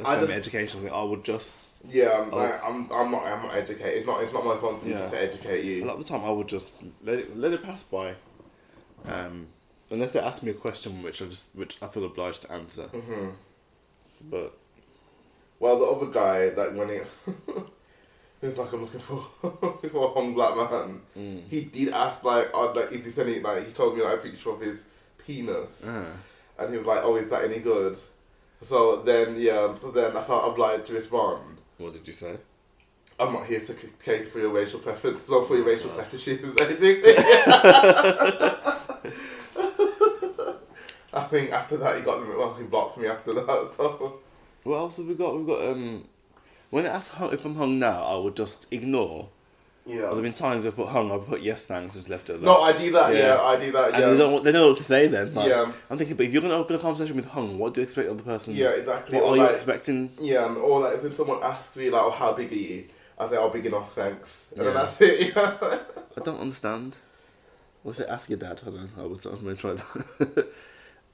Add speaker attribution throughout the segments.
Speaker 1: I
Speaker 2: some
Speaker 1: just-
Speaker 2: education. I would just
Speaker 1: Yeah, I'm, I, am I'm not. I'm not educated. It's not. It's not my responsibility
Speaker 2: Oh. Yeah.
Speaker 1: to educate
Speaker 2: a
Speaker 1: you.
Speaker 2: lot of the time I would just let it let it pass by, um, unless they ask me a question which I just which I feel obliged to answer. But
Speaker 1: Well, the other guy, like when he, he's like, I'm looking for, looking for a hung black man.
Speaker 2: Mm.
Speaker 1: He did ask like, oh, like, is this any like? He told me like a picture of his penis,
Speaker 2: uh,
Speaker 1: and he was like, oh, is that any good? So then, yeah. So then I felt obliged to respond.
Speaker 2: what did you say?
Speaker 1: I'm not here to c- cater for your racial preference, not for your racial
Speaker 2: God.
Speaker 1: fetishes or anything. I think after that he got them. Well, he blocked me after that. So
Speaker 2: What else have we got? We've got um, when it asks hung, if I'm hung now, I would just ignore.
Speaker 1: yeah.
Speaker 2: There have been times I put hung, I put yes thanks and just left it. alone.
Speaker 1: no, I do that. Yeah,
Speaker 2: Yeah.
Speaker 1: I do that.
Speaker 2: And they
Speaker 1: Yeah,
Speaker 2: don't. want- They don't know what to say then. like,
Speaker 1: Yeah.
Speaker 2: I'm thinking, but if you're going to open a conversation with Hung, what do you expect the other person?
Speaker 1: yeah, exactly.
Speaker 2: What
Speaker 1: Or
Speaker 2: are you
Speaker 1: like,
Speaker 2: expecting?
Speaker 1: yeah, and- or like if someone asks me like, oh, "How big are you?" I say, "Oh, big enough, thanks," and then
Speaker 2: Yeah.
Speaker 1: that's it. Yeah.
Speaker 2: I don't understand. What's it? Ask your dad. Hold on. I was. I'm going to try that.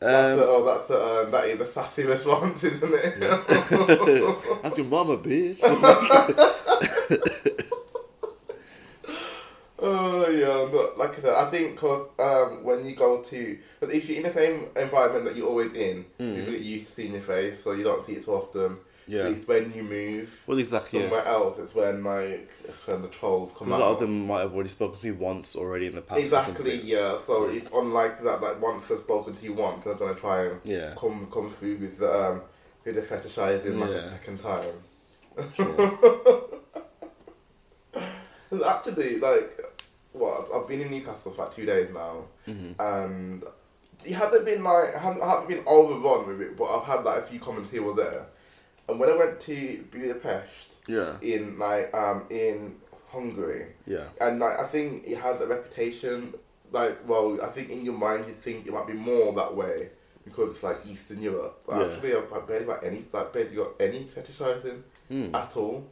Speaker 1: That's the,
Speaker 2: um,
Speaker 1: oh, that's the um, that is the sassy response, isn't it?
Speaker 2: ask your mama, bitch.
Speaker 1: Oh yeah, but like I said, I think 'cause, um, when you go to, but if you're in the same environment that you're always in, people get used to seeing your face, so you don't see it so often.
Speaker 2: Hmm. Yeah.
Speaker 1: But it's when you move
Speaker 2: well, exactly. yeah.
Speaker 1: somewhere else, it's when like it's when the trolls
Speaker 2: A
Speaker 1: come out.
Speaker 2: lot of them might have already spoken to me once already in the past. or
Speaker 1: exactly,
Speaker 2: something.
Speaker 1: yeah. So it's unlike that. Like once they've spoken to you once, they're gonna try and
Speaker 2: Yeah.
Speaker 1: come come through with the um, with the fetishizing like a
Speaker 2: Yeah.
Speaker 1: second time.
Speaker 2: Sure.
Speaker 1: And Actually, like, what I've been in Newcastle for like two days now,
Speaker 2: Mm-hmm.
Speaker 1: and it hasn't been like I haven't, I haven't been overrun with it, but I've had like a few comments here or there. And when I went to Budapest
Speaker 2: Yeah.
Speaker 1: in like um in Hungary,
Speaker 2: Yeah.
Speaker 1: and like I think it has a reputation. Like, well, I think in your mind you think it might be more that way because it's like Eastern Europe. But
Speaker 2: Yeah.
Speaker 1: actually, I've like, barely got any like barely got any fetishizing
Speaker 2: Hmm.
Speaker 1: at all.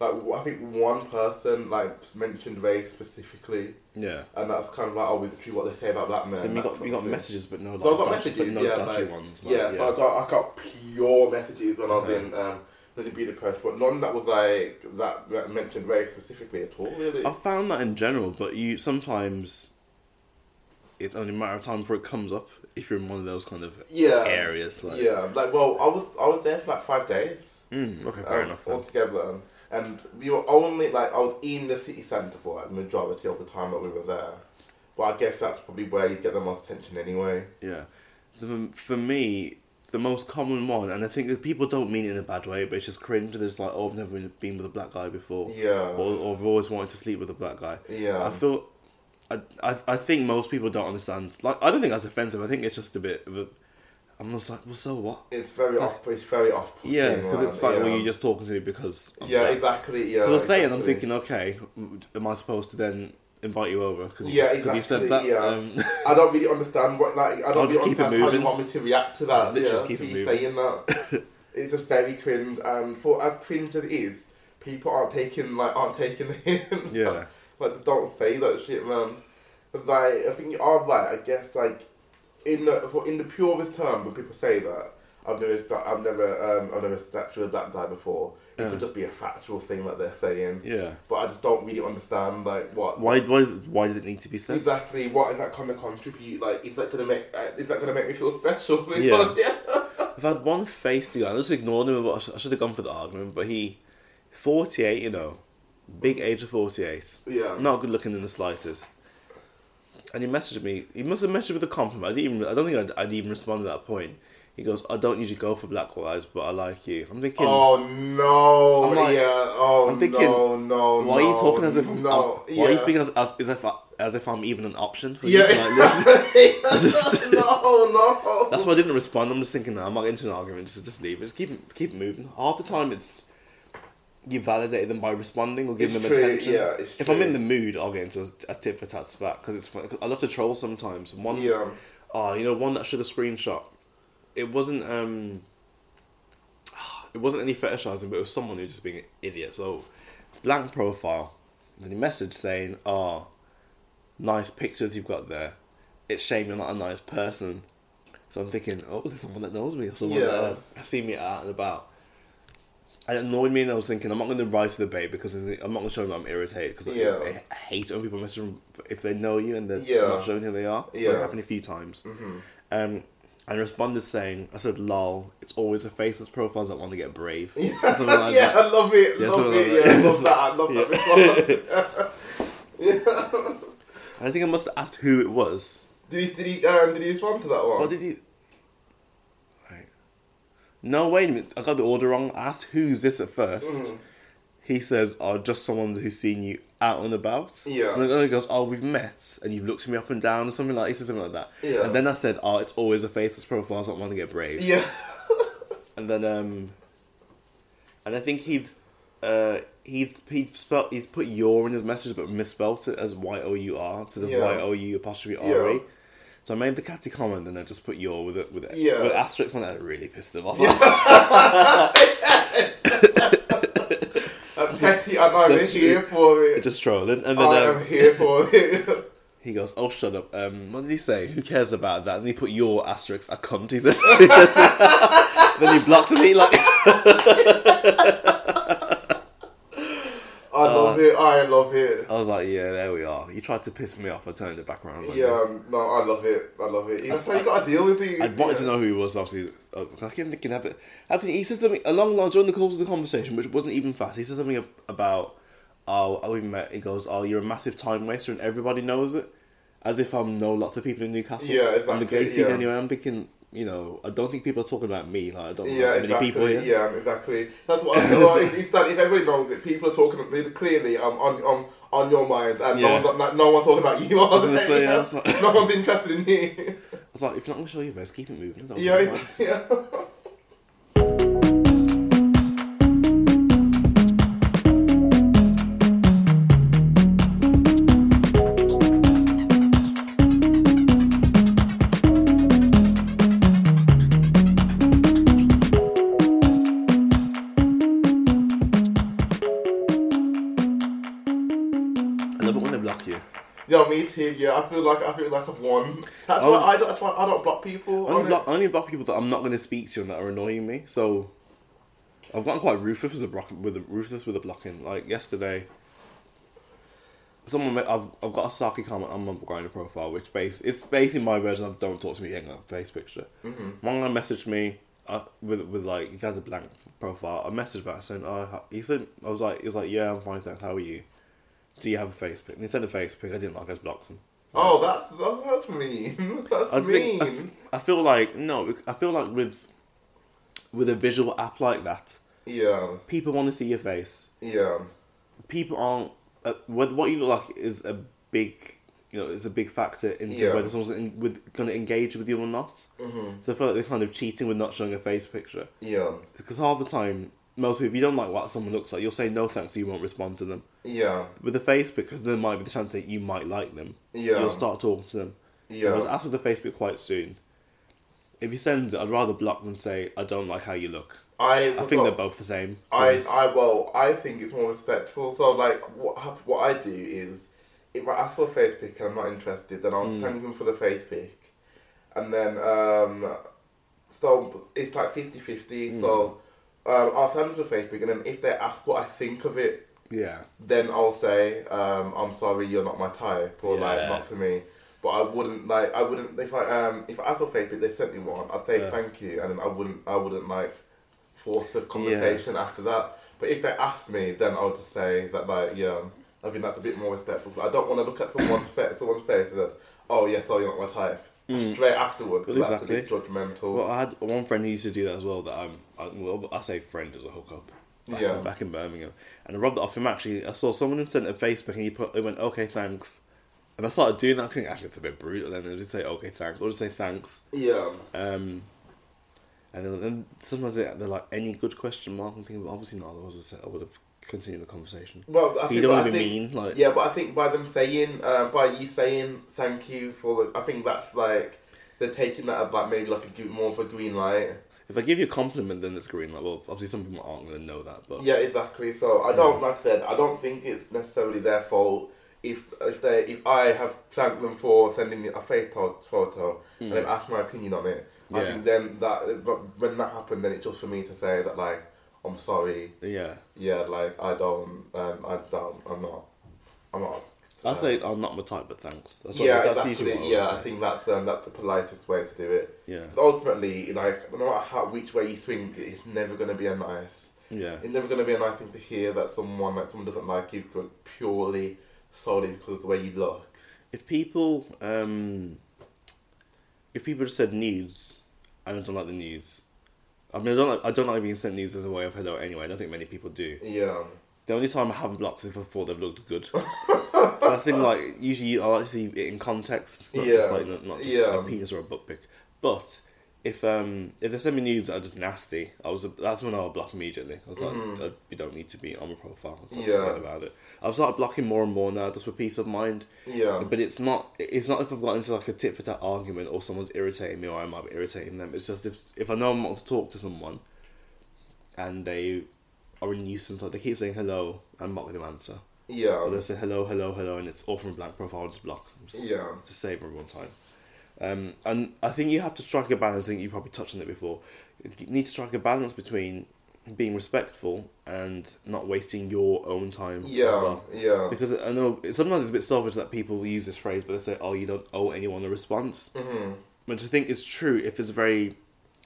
Speaker 1: Like, I think one person like mentioned race specifically,
Speaker 2: Yeah.
Speaker 1: and that's kind of like oh, it's true what they say about black men.
Speaker 2: So you
Speaker 1: that
Speaker 2: got
Speaker 1: sort
Speaker 2: you
Speaker 1: of
Speaker 2: got
Speaker 1: thing.
Speaker 2: messages, but no like,
Speaker 1: So I got
Speaker 2: dodgy,
Speaker 1: messages,
Speaker 2: but no
Speaker 1: yeah,
Speaker 2: dodgy
Speaker 1: like-
Speaker 2: ones. Like,
Speaker 1: yeah, so I got I got pure messages when I was
Speaker 2: Okay.
Speaker 1: in um, was in Budapest, but none that was like that, that mentioned race specifically at all. Really,
Speaker 2: I found that in general, but you sometimes it's only a matter of time before it comes up if you're in one of those kind of
Speaker 1: yeah,
Speaker 2: areas. Like,
Speaker 1: yeah, like well, I was I was there for like five days.
Speaker 2: Mm, okay, fair
Speaker 1: um,
Speaker 2: enough. Then.
Speaker 1: Altogether, and we were only like I was in the city centre for like the majority of the time that we were there. But I guess that's probably where you get the most attention anyway.
Speaker 2: Yeah. So for- for me, the most common one, and I think that people don't mean it in a bad way, but it's just cringe. that It's like, oh, I've never been with a black guy before.
Speaker 1: Yeah.
Speaker 2: Or, or I've always wanted to sleep with a black guy.
Speaker 1: Yeah.
Speaker 2: I feel. I, I, I think most people don't understand. Like I don't think that's offensive. I think it's just a bit. Of a, I'm just like, well, so what?
Speaker 1: It's very off. It's very off.
Speaker 2: Yeah, because it's like,
Speaker 1: yeah.
Speaker 2: well, you're just talking to me because. I'm
Speaker 1: Yeah,
Speaker 2: black.
Speaker 1: exactly. Yeah.
Speaker 2: Because I was saying, I'm
Speaker 1: exactly.
Speaker 2: thinking, okay, mm, am I supposed to then invite you over? Because
Speaker 1: Yeah,
Speaker 2: you
Speaker 1: exactly,
Speaker 2: said that.
Speaker 1: yeah.
Speaker 2: Um,
Speaker 1: I don't really understand what like I
Speaker 2: I'll
Speaker 1: don't
Speaker 2: just
Speaker 1: really
Speaker 2: keep it
Speaker 1: understand how you
Speaker 2: moving.
Speaker 1: want me to react to that.
Speaker 2: Literally
Speaker 1: yeah,
Speaker 2: just keep
Speaker 1: to
Speaker 2: it
Speaker 1: you
Speaker 2: moving.
Speaker 1: saying that. it's just very cringe, and for as cringe as it is, people aren't taking like aren't taking the hint.
Speaker 2: Yeah.
Speaker 1: like just don't say that shit, man. Like I think you are right. I guess like in the for, in the purest term, when people say that. I've never, I've never, um, I've never slept with a black guy before. It
Speaker 2: Yeah.
Speaker 1: could just be a factual thing that they're saying,
Speaker 2: yeah.
Speaker 1: but I just don't really understand like what
Speaker 2: Why? Why? Is, why does it need to be said?
Speaker 1: Exactly. What is that going to contribute? Like, is that going to make uh, is that going to make me feel special?
Speaker 2: Yeah. I've had one feisty guy. I just ignored him. But I, sh- I should have gone for the argument. But he, forty-eight. You know, big age of forty-eight.
Speaker 1: Yeah.
Speaker 2: Not good looking in the slightest. And he messaged me. He must have messaged with a compliment. I didn't even. I don't think I'd, I'd even respond at that point. He goes, "I don't usually go for black guys, but I like you." I'm thinking,
Speaker 1: Oh no!
Speaker 2: I'm like-
Speaker 1: yeah. Oh
Speaker 2: I'm thinking,
Speaker 1: no! No!
Speaker 2: Why are you
Speaker 1: no,
Speaker 2: talking as if I'm,
Speaker 1: no?
Speaker 2: Why
Speaker 1: yeah.
Speaker 2: are you speaking as, as, as if I, as if I'm even an option for you?
Speaker 1: Yeah.
Speaker 2: Like, literally-
Speaker 1: exactly. no! No!
Speaker 2: that's why I didn't respond. I'm just thinking, nah, I'm not into an argument. Just just leave. it. Just keep it- keep it moving. Half the time, it's you validate them by responding or giving
Speaker 1: It's
Speaker 2: them
Speaker 1: true,
Speaker 2: attention.
Speaker 1: yeah, it's
Speaker 2: if
Speaker 1: true.
Speaker 2: I'm in the mood, I'll get into a, a tit for tat spat because it's fun. 'Cause I love to troll sometimes. And One,
Speaker 1: Yeah.
Speaker 2: oh, you know, one that should have screenshot. It wasn't. um it wasn't any fetishizing, but it was someone who was just being an idiot. So, blank profile. Then he messaged saying, "Ah, nice pictures you've got there. It's shame you're not a nice person." So I'm thinking, "Oh, is this someone that knows me or someone
Speaker 1: Yeah.
Speaker 2: that uh, has seen me out and about?" it annoyed me, and I was thinking, I'm not going to rise to the bait because I'm not going to show them that I'm irritated because
Speaker 1: Yeah.
Speaker 2: I, I hate it when people message them if they know you and they're
Speaker 1: Yeah.
Speaker 2: not showing who they are. Like, It
Speaker 1: Yeah. Mm-hmm.
Speaker 2: happened a few times. Um, and I responded saying, I said, lol, it's always the faceless profiles that want to get brave. Yeah, something like
Speaker 1: yeah,
Speaker 2: that.
Speaker 1: I love it.
Speaker 2: Yeah,
Speaker 1: love
Speaker 2: something
Speaker 1: it.
Speaker 2: like that.
Speaker 1: yeah, I love that. I love that.
Speaker 2: And I think I must have asked who it was.
Speaker 1: did he? Did he? Um, did he respond to that one?
Speaker 2: Or did he? Right. No, wait a minute. I got the order wrong. I asked who's this at 1st
Speaker 1: Mm-hmm.
Speaker 2: He says, "Oh, just someone who's seen you out and about."
Speaker 1: Yeah.
Speaker 2: And then he goes, "Oh, we've met, and you've looked me up and down, or something like he said something like that."
Speaker 1: Yeah.
Speaker 2: And then I said, "Oh, it's always a faceless profile. I don't want to get brave."
Speaker 1: Yeah.
Speaker 2: And then, um, and I think he'd, uh, he'd he'd spelt he'd put your in his message, but misspelt it as Y O U R to the
Speaker 1: Yeah.
Speaker 2: Y O U apostrophe
Speaker 1: Yeah.
Speaker 2: R E. So I made the catty comment, and I just put your with it with it
Speaker 1: Yeah.
Speaker 2: with asterisk on it. That really pissed him off.
Speaker 1: I'm Uh, petty and I'm
Speaker 2: just-
Speaker 1: here for it.
Speaker 2: Just trolling, and then
Speaker 1: I
Speaker 2: um,
Speaker 1: am here for it.
Speaker 2: he goes, "Oh, shut up." Um, what did he say? Who cares about that? And he put your asterisk a cunt. He said. then he blocked me like.
Speaker 1: I
Speaker 2: Uh,
Speaker 1: love it. I love it.
Speaker 2: I was like, "Yeah, there we are." He tried to piss me off. I turned it back around.
Speaker 1: Yeah, um, no, I love it. I love it. That's how you got to deal with these.
Speaker 2: I wanted to know who he was, obviously. uh, I can't think of it. I think he said something along the line during the course of the conversation, which wasn't even fast. He said something ab- about, oh, oh, we met. He goes, oh, you're a massive time waster and everybody knows it. As if I know lots of people in Newcastle.
Speaker 1: Yeah,
Speaker 2: On the
Speaker 1: exactly,
Speaker 2: gay scene
Speaker 1: yeah.
Speaker 2: anyway. I'm thinking, you know, I don't think people are talking about me. Like, I don't know
Speaker 1: Yeah,
Speaker 2: how many
Speaker 1: exactly.
Speaker 2: people here.
Speaker 1: Yeah, exactly. That's what I feel like. If, if, that, if everybody knows it, people are talking really clearly um, on on on your mind, and
Speaker 2: Yeah.
Speaker 1: no, one's, no one's talking about you. Are
Speaker 2: gonna
Speaker 1: they?
Speaker 2: say,
Speaker 1: Yeah.
Speaker 2: I was like-
Speaker 1: no one's interested in you.
Speaker 2: I was like, if you're not going to show your face, keep it moving. I don't
Speaker 1: yeah,
Speaker 2: mind.
Speaker 1: it's- yeah.
Speaker 2: I love it when they block you.
Speaker 1: Yeah, me too. Yeah, I feel like I feel like I've won. That's
Speaker 2: Oh.
Speaker 1: why I don't. That's why I don't block people.
Speaker 2: I
Speaker 1: I
Speaker 2: only
Speaker 1: don't-
Speaker 2: block, I only block people that I'm not going to speak to and that are annoying me. So I've gotten quite ruthless with a block, with a ruthless with a blocking. Like yesterday, someone made, I've I've got a sarky comment on my grinder profile, which base it's basically my version of "Don't talk to me" hang up face picture. One guy messaged me uh, with with like he has a blank profile. I messaged back saying, "Oh," ho- he said, "I was like, he was like, yeah, I'm fine, thanks. How are you? Do you have a face pic?" And he sent a face pic. I didn't like. I just blocked him.
Speaker 1: Oh, that's that, that's mean. That's
Speaker 2: I
Speaker 1: mean.
Speaker 2: think I, f- I feel like no, I feel like with with a visual app like that,
Speaker 1: yeah,
Speaker 2: people want to see your face.
Speaker 1: yeah,
Speaker 2: People aren't uh, what what you look like is a big you know is a big factor into
Speaker 1: Yeah.
Speaker 2: whether someone's in, with going to engage with you or not. Mm-hmm. So I feel like they're kind of cheating with not showing a face picture
Speaker 1: yeah,
Speaker 2: because half the time. Most people, if you don't like what someone looks like, you'll say no thanks, so you won't respond to them.
Speaker 1: yeah,
Speaker 2: With the Facebook, because there might be the chance that you might like them.
Speaker 1: Yeah.
Speaker 2: You'll start talking to them. So I was
Speaker 1: Yeah.
Speaker 2: asked for the Facebook quite soon. If you send it, I'd rather block than say, I don't like how you look.
Speaker 1: I,
Speaker 2: I think they're both the same.
Speaker 1: I,
Speaker 2: Please.
Speaker 1: I well, I think it's more respectful. So like, what hap- what I do is, if I ask for a face pic and I'm not interested, then I'll thank them for the face pic, and then um, so it's like 50-50, So um, I'll send them for the face pic, and then if they ask what I think of it,
Speaker 2: yeah.
Speaker 1: then I'll say um, I'm sorry, you're not my type, or
Speaker 2: Yeah.
Speaker 1: like not for me. But I wouldn't like I wouldn't if I um if I asked for Facebook they sent me one I'd say
Speaker 2: Yeah.
Speaker 1: thank you and then I wouldn't I wouldn't like force a conversation after that. But if they asked me, then I'll just say that like yeah I think that's a bit more respectful. But I don't want to look at someone's face someone's face and then oh yes, oh you're not my type straight afterwards. 'cause
Speaker 2: Mm. Exactly.
Speaker 1: That's a bit judgmental.
Speaker 2: Well, I had one friend who used to do that as well. That um, I, well, I say friend as a hookup. Back,
Speaker 1: Yeah.
Speaker 2: back in Birmingham, and I rubbed it off him. Actually, I saw someone who sent a Facebook, and he put, he went, "Okay, thanks," and I started doing that. I think actually it's a bit brutal. And then I just say, "Okay, thanks," or just say, "Thanks."
Speaker 1: yeah.
Speaker 2: Um, and then, then sometimes they, they're like, any good question mark? and thinking, well, obviously not. Otherwise, I would say- I would have continued the conversation.
Speaker 1: Well, I
Speaker 2: you
Speaker 1: think,
Speaker 2: don't
Speaker 1: but
Speaker 2: even
Speaker 1: I think,
Speaker 2: mean, like-
Speaker 1: yeah, but I think by them saying, uh, by you saying thank you for the, I think that's like they're taking that about maybe like a gr- more of a green light.
Speaker 2: If I give you a compliment, then it's green. Like, well, obviously some people aren't going to know that, but
Speaker 1: Yeah, exactly. So I don't, like I said, I don't think it's necessarily their fault if if they if I have thanked them for sending me a face po- photo and they've asked my opinion on it. I
Speaker 2: Mm. Yeah.
Speaker 1: think then that but when that happened, then it's just for me to say that like I'm sorry.
Speaker 2: Yeah.
Speaker 1: Yeah, like I don't. Um, I don't. I'm not. I'm not.
Speaker 2: I say I'm not my type, but thanks. That's what,
Speaker 1: yeah,
Speaker 2: that's
Speaker 1: exactly.
Speaker 2: usually what I would
Speaker 1: yeah, I
Speaker 2: say.
Speaker 1: think that's um, that's the politest way to do it.
Speaker 2: Yeah.
Speaker 1: Ultimately, like no matter how which way you swing, it's never gonna be a nice.
Speaker 2: Yeah.
Speaker 1: It's never gonna be a nice thing to hear that someone like someone doesn't like you because- purely solely because of the way you look.
Speaker 2: If people, um, if people just said nudes, I don't like the nudes. I mean, I don't like, I don't like being sent nudes as a way of hello anyway. I don't think many people do.
Speaker 1: Yeah.
Speaker 2: The only time I haven't blocked is if I thought they've looked good. That's the thing, like, usually I like to see it in context, not just
Speaker 1: Yeah.
Speaker 2: like, not, not just
Speaker 1: Yeah.
Speaker 2: a penis or a butt pic. But if um if they send me nudes that are just nasty, I was that's when I would block immediately. I was like, "Uh, you don't need to be on my profile. So
Speaker 1: Mm-hmm. Yeah.
Speaker 2: yeah. about it. I've started blocking more and more now, just for peace of mind.
Speaker 1: Yeah.
Speaker 2: But it's not it's not if I've got into like a tit for tat argument or someone's irritating me or I might be irritating them. It's just if if I know I'm not to talk to someone and they are a nuisance, like they keep saying hello and not with them answer. Or
Speaker 1: Yeah.
Speaker 2: they'll say hello, hello, hello and it's all from a blank profile, I'll just block. Just,
Speaker 1: Yeah.
Speaker 2: just save everyone time. Um, and I think you have to strike a balance, I think you probably touched on it before. You need to strike a balance between being respectful and not wasting your own time
Speaker 1: Yeah.
Speaker 2: as well.
Speaker 1: Yeah.
Speaker 2: Because I know sometimes it's a bit selfish that people use this phrase, but they say, "Oh, you don't owe anyone a response,"
Speaker 1: hmm
Speaker 2: which I think is true. If it's a very,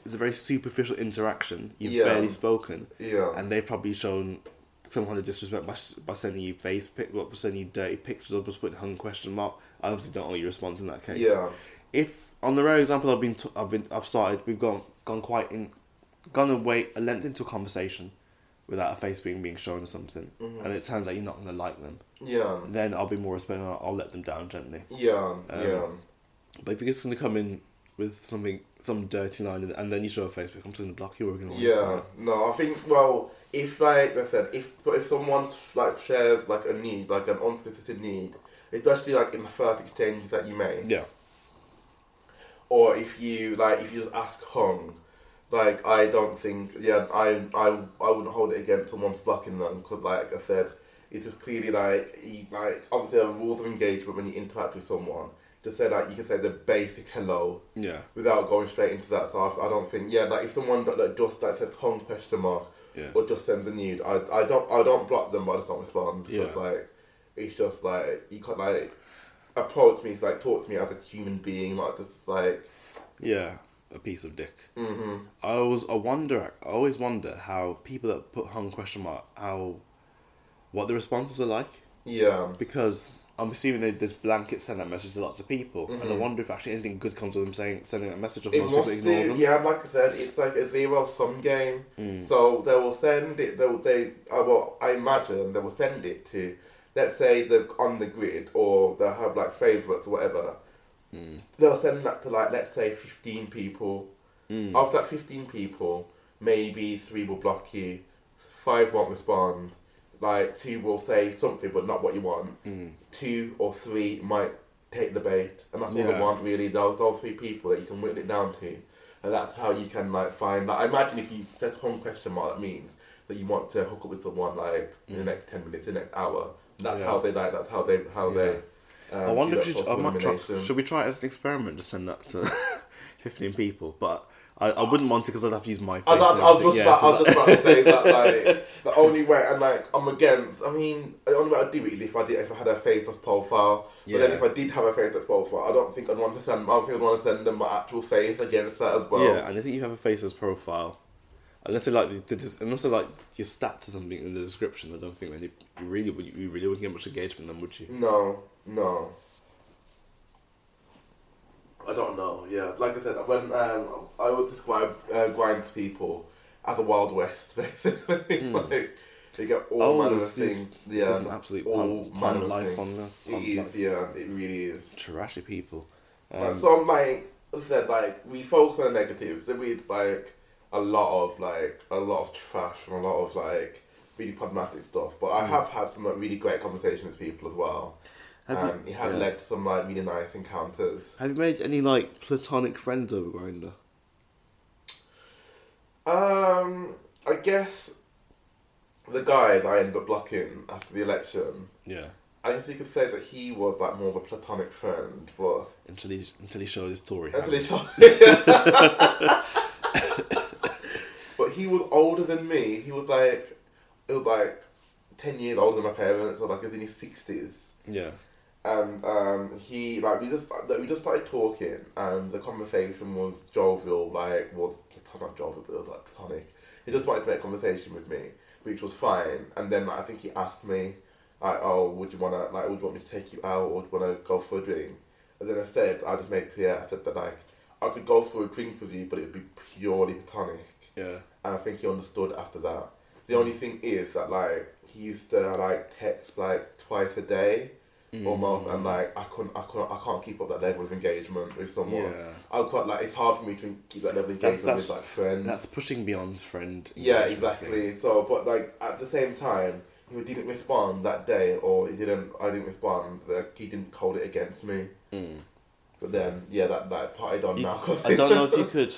Speaker 2: it's a very superficial interaction. You've
Speaker 1: Yeah.
Speaker 2: barely spoken,
Speaker 1: Yeah.
Speaker 2: and they've probably shown some kind of disrespect by, s- by sending you face pic, well, by sending you dirty pictures, or just putting hung question mark. I obviously don't owe you a response in that case.
Speaker 1: Yeah.
Speaker 2: If on the rare example I've been, t- I've been, I've started, we've gone, gone quite in, gone away a length into a conversation, without a face being being shown or something,
Speaker 1: Mm-hmm.
Speaker 2: and it turns out you're not going to like them
Speaker 1: Yeah.
Speaker 2: then I'll be more respectful. I'll, I'll let them down gently.
Speaker 1: Yeah.
Speaker 2: Um,
Speaker 1: Yeah.
Speaker 2: But if you're just going to come in with something, some dirty line, and- and then you show a Facebook, I'm just going to block you. Or ignore you.
Speaker 1: Yeah, no, I think well, if like I said, if but if someone like shares like a need, like an unsolicited need, especially like in the first exchange that you make,
Speaker 2: Yeah.
Speaker 1: or if you like if you just ask Hong, like I don't think yeah I I I wouldn't hold it against someone for blocking them because like I said, it's just clearly like you, like obviously there are rules of engagement when you interact with someone. Just say like you can say the basic hello
Speaker 2: Yeah.
Speaker 1: without going straight into that. So I, I don't think yeah like if someone that, that just like says Hong question mark
Speaker 2: Yeah.
Speaker 1: or just send the nude. I, I don't I don't block them, but I just don't respond. Because,
Speaker 2: Yeah.
Speaker 1: like it's just like you can't like approach me, like talk to me as a human being, not just like
Speaker 2: Yeah. A piece of dick.
Speaker 1: mm-hmm.
Speaker 2: I always, I wonder, I always wonder how people that put hung question mark, how, what the responses are like.
Speaker 1: yeah,
Speaker 2: because I'm assuming they just blanket send that message to lots of people, and I wonder if actually anything good comes of them saying sending that message. Or if
Speaker 1: Mm-hmm. it
Speaker 2: most people
Speaker 1: must
Speaker 2: ignore
Speaker 1: do.
Speaker 2: them.
Speaker 1: Yeah, like I said, it's like a zero sum game. So they will send it. They will, they I will, I imagine they will send it to, let's say the on the grid or they'll have like favorites or whatever. They'll send that to like let's say fifteen people.
Speaker 2: Mm.
Speaker 1: Of that 15 people, maybe three will block you, five won't respond, like two will say something but not what you want,
Speaker 2: Mm.
Speaker 1: two or three might take the bait, and that's all
Speaker 2: Yeah.
Speaker 1: they want really. Those, those three people that you can whittle it down to, and that's how you can like find. Like, I imagine if you set home question mark, that means that you want to hook up with someone like in the next 10 minutes, the next hour. And that's
Speaker 2: Mm. Yeah.
Speaker 1: how they like. That's how they how
Speaker 2: Yeah.
Speaker 1: they. Um,
Speaker 2: I wonder
Speaker 1: do
Speaker 2: if
Speaker 1: that
Speaker 2: we should, I
Speaker 1: possible
Speaker 2: might try,
Speaker 1: elimination.
Speaker 2: should we try it as an experiment to send that to 15 people? But I, I wouldn't want to because I'd have to use my face.
Speaker 1: I was,
Speaker 2: and
Speaker 1: I was just
Speaker 2: everything,
Speaker 1: about, I
Speaker 2: yeah,
Speaker 1: was
Speaker 2: so
Speaker 1: just about to say that like the only way and like I'm against. I mean, the only way I'd do it is if I did if I had a Facebook profile. But then
Speaker 2: Yeah.
Speaker 1: if I did have a Facebook profile, I don't think I'd want to send. I don't think I'd want to send them my actual face against that as well.
Speaker 2: yeah, and I think you have a faceless profile. Unless they like the, the unless they like your stats or something in the description, I don't think really you really would you really wouldn't get much engagement then, would you?
Speaker 1: No, no. I don't know. Yeah, like I said, when um, I would describe uh, grind to people as the Wild West, basically.
Speaker 2: Hmm.
Speaker 1: like they get all manner of
Speaker 2: Oh, it's just-
Speaker 1: things. Yeah,
Speaker 2: there's an absolute
Speaker 1: all
Speaker 2: pun,
Speaker 1: manner
Speaker 2: pun
Speaker 1: of
Speaker 2: life
Speaker 1: things.
Speaker 2: on there.
Speaker 1: It is, yeah, it really is.
Speaker 2: Trashy people.
Speaker 1: Like,
Speaker 2: Um,
Speaker 1: so I'm like, I said, like, we focus on the negatives, and we like a lot of like a lot of trash and a lot of like really problematic stuff. But
Speaker 2: Hmm.
Speaker 1: I have had some like, really great conversations with people as well,
Speaker 2: Have
Speaker 1: and it has
Speaker 2: yeah.
Speaker 1: led to some like really nice encounters.
Speaker 2: Have you made any like platonic friends over Grinder?
Speaker 1: Um, I guess the guy that I ended up blocking after the election,
Speaker 2: Yeah.
Speaker 1: I guess you could say that he was like more of a platonic friend, but.
Speaker 2: Until he until he showed his Tory.
Speaker 1: Anthony
Speaker 2: hand.
Speaker 1: Charlie. but he was older than me. He was like, it was like ten years older than my parents, or like he was in his sixties.
Speaker 2: Yeah.
Speaker 1: And um, he like we just like, we just started talking, and the conversation was jovial, like was not jovial, but it was like platonic. He just wanted to make conversation with me, which was fine. And then like, I think he asked me, like, oh, would you wanna like, would you want me to take you out, or would you wanna go for a drink? And then I said, I just made clear, I said that like I could go for a drink with you, but it would be purely platonic.
Speaker 2: Yeah.
Speaker 1: And I think he understood after that. The only thing is that like he used to like text like twice a day
Speaker 2: Mm.
Speaker 1: or month, and like I couldn't, I couldn't, I can't keep up that level of engagement with someone.
Speaker 2: Yeah.
Speaker 1: I quite like it's hard for me to keep that level of
Speaker 2: That's-
Speaker 1: engagement
Speaker 2: that's-
Speaker 1: with like friends.
Speaker 2: That's pushing beyond friend.
Speaker 1: yeah,
Speaker 2: engagement, I think.
Speaker 1: exactly. So, but like at the same time, he didn't respond that day, or he didn't. I didn't respond. Like, he didn't hold it against me.
Speaker 2: Mm.
Speaker 1: But then, yeah, that that parted on
Speaker 2: You-
Speaker 1: now. 'cause-
Speaker 2: I don't know if you could,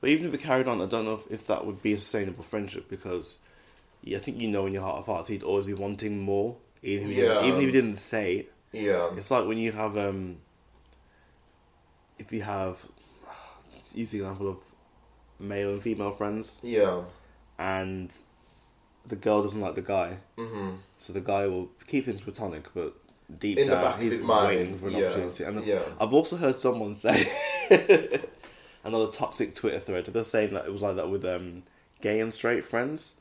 Speaker 2: but even if it carried on, I don't know if, if that would be a sustainable friendship because yeah, I think you know in your heart of hearts he'd always be wanting more, even if,
Speaker 1: Yeah.
Speaker 2: even if he didn't say it.
Speaker 1: yeah.
Speaker 2: It's like when you have um, if you have, just use the example of male and female friends,
Speaker 1: Yeah.
Speaker 2: and the girl doesn't like the guy,
Speaker 1: Mhm.
Speaker 2: so the guy will keep things platonic, but deep
Speaker 1: In the
Speaker 2: down
Speaker 1: back of
Speaker 2: he's
Speaker 1: his mind,
Speaker 2: waiting for an
Speaker 1: yeah,
Speaker 2: opportunity. And
Speaker 1: yeah.
Speaker 2: I've also heard someone say another toxic Twitter thread. They're saying that it was like that with um, gay and straight friends,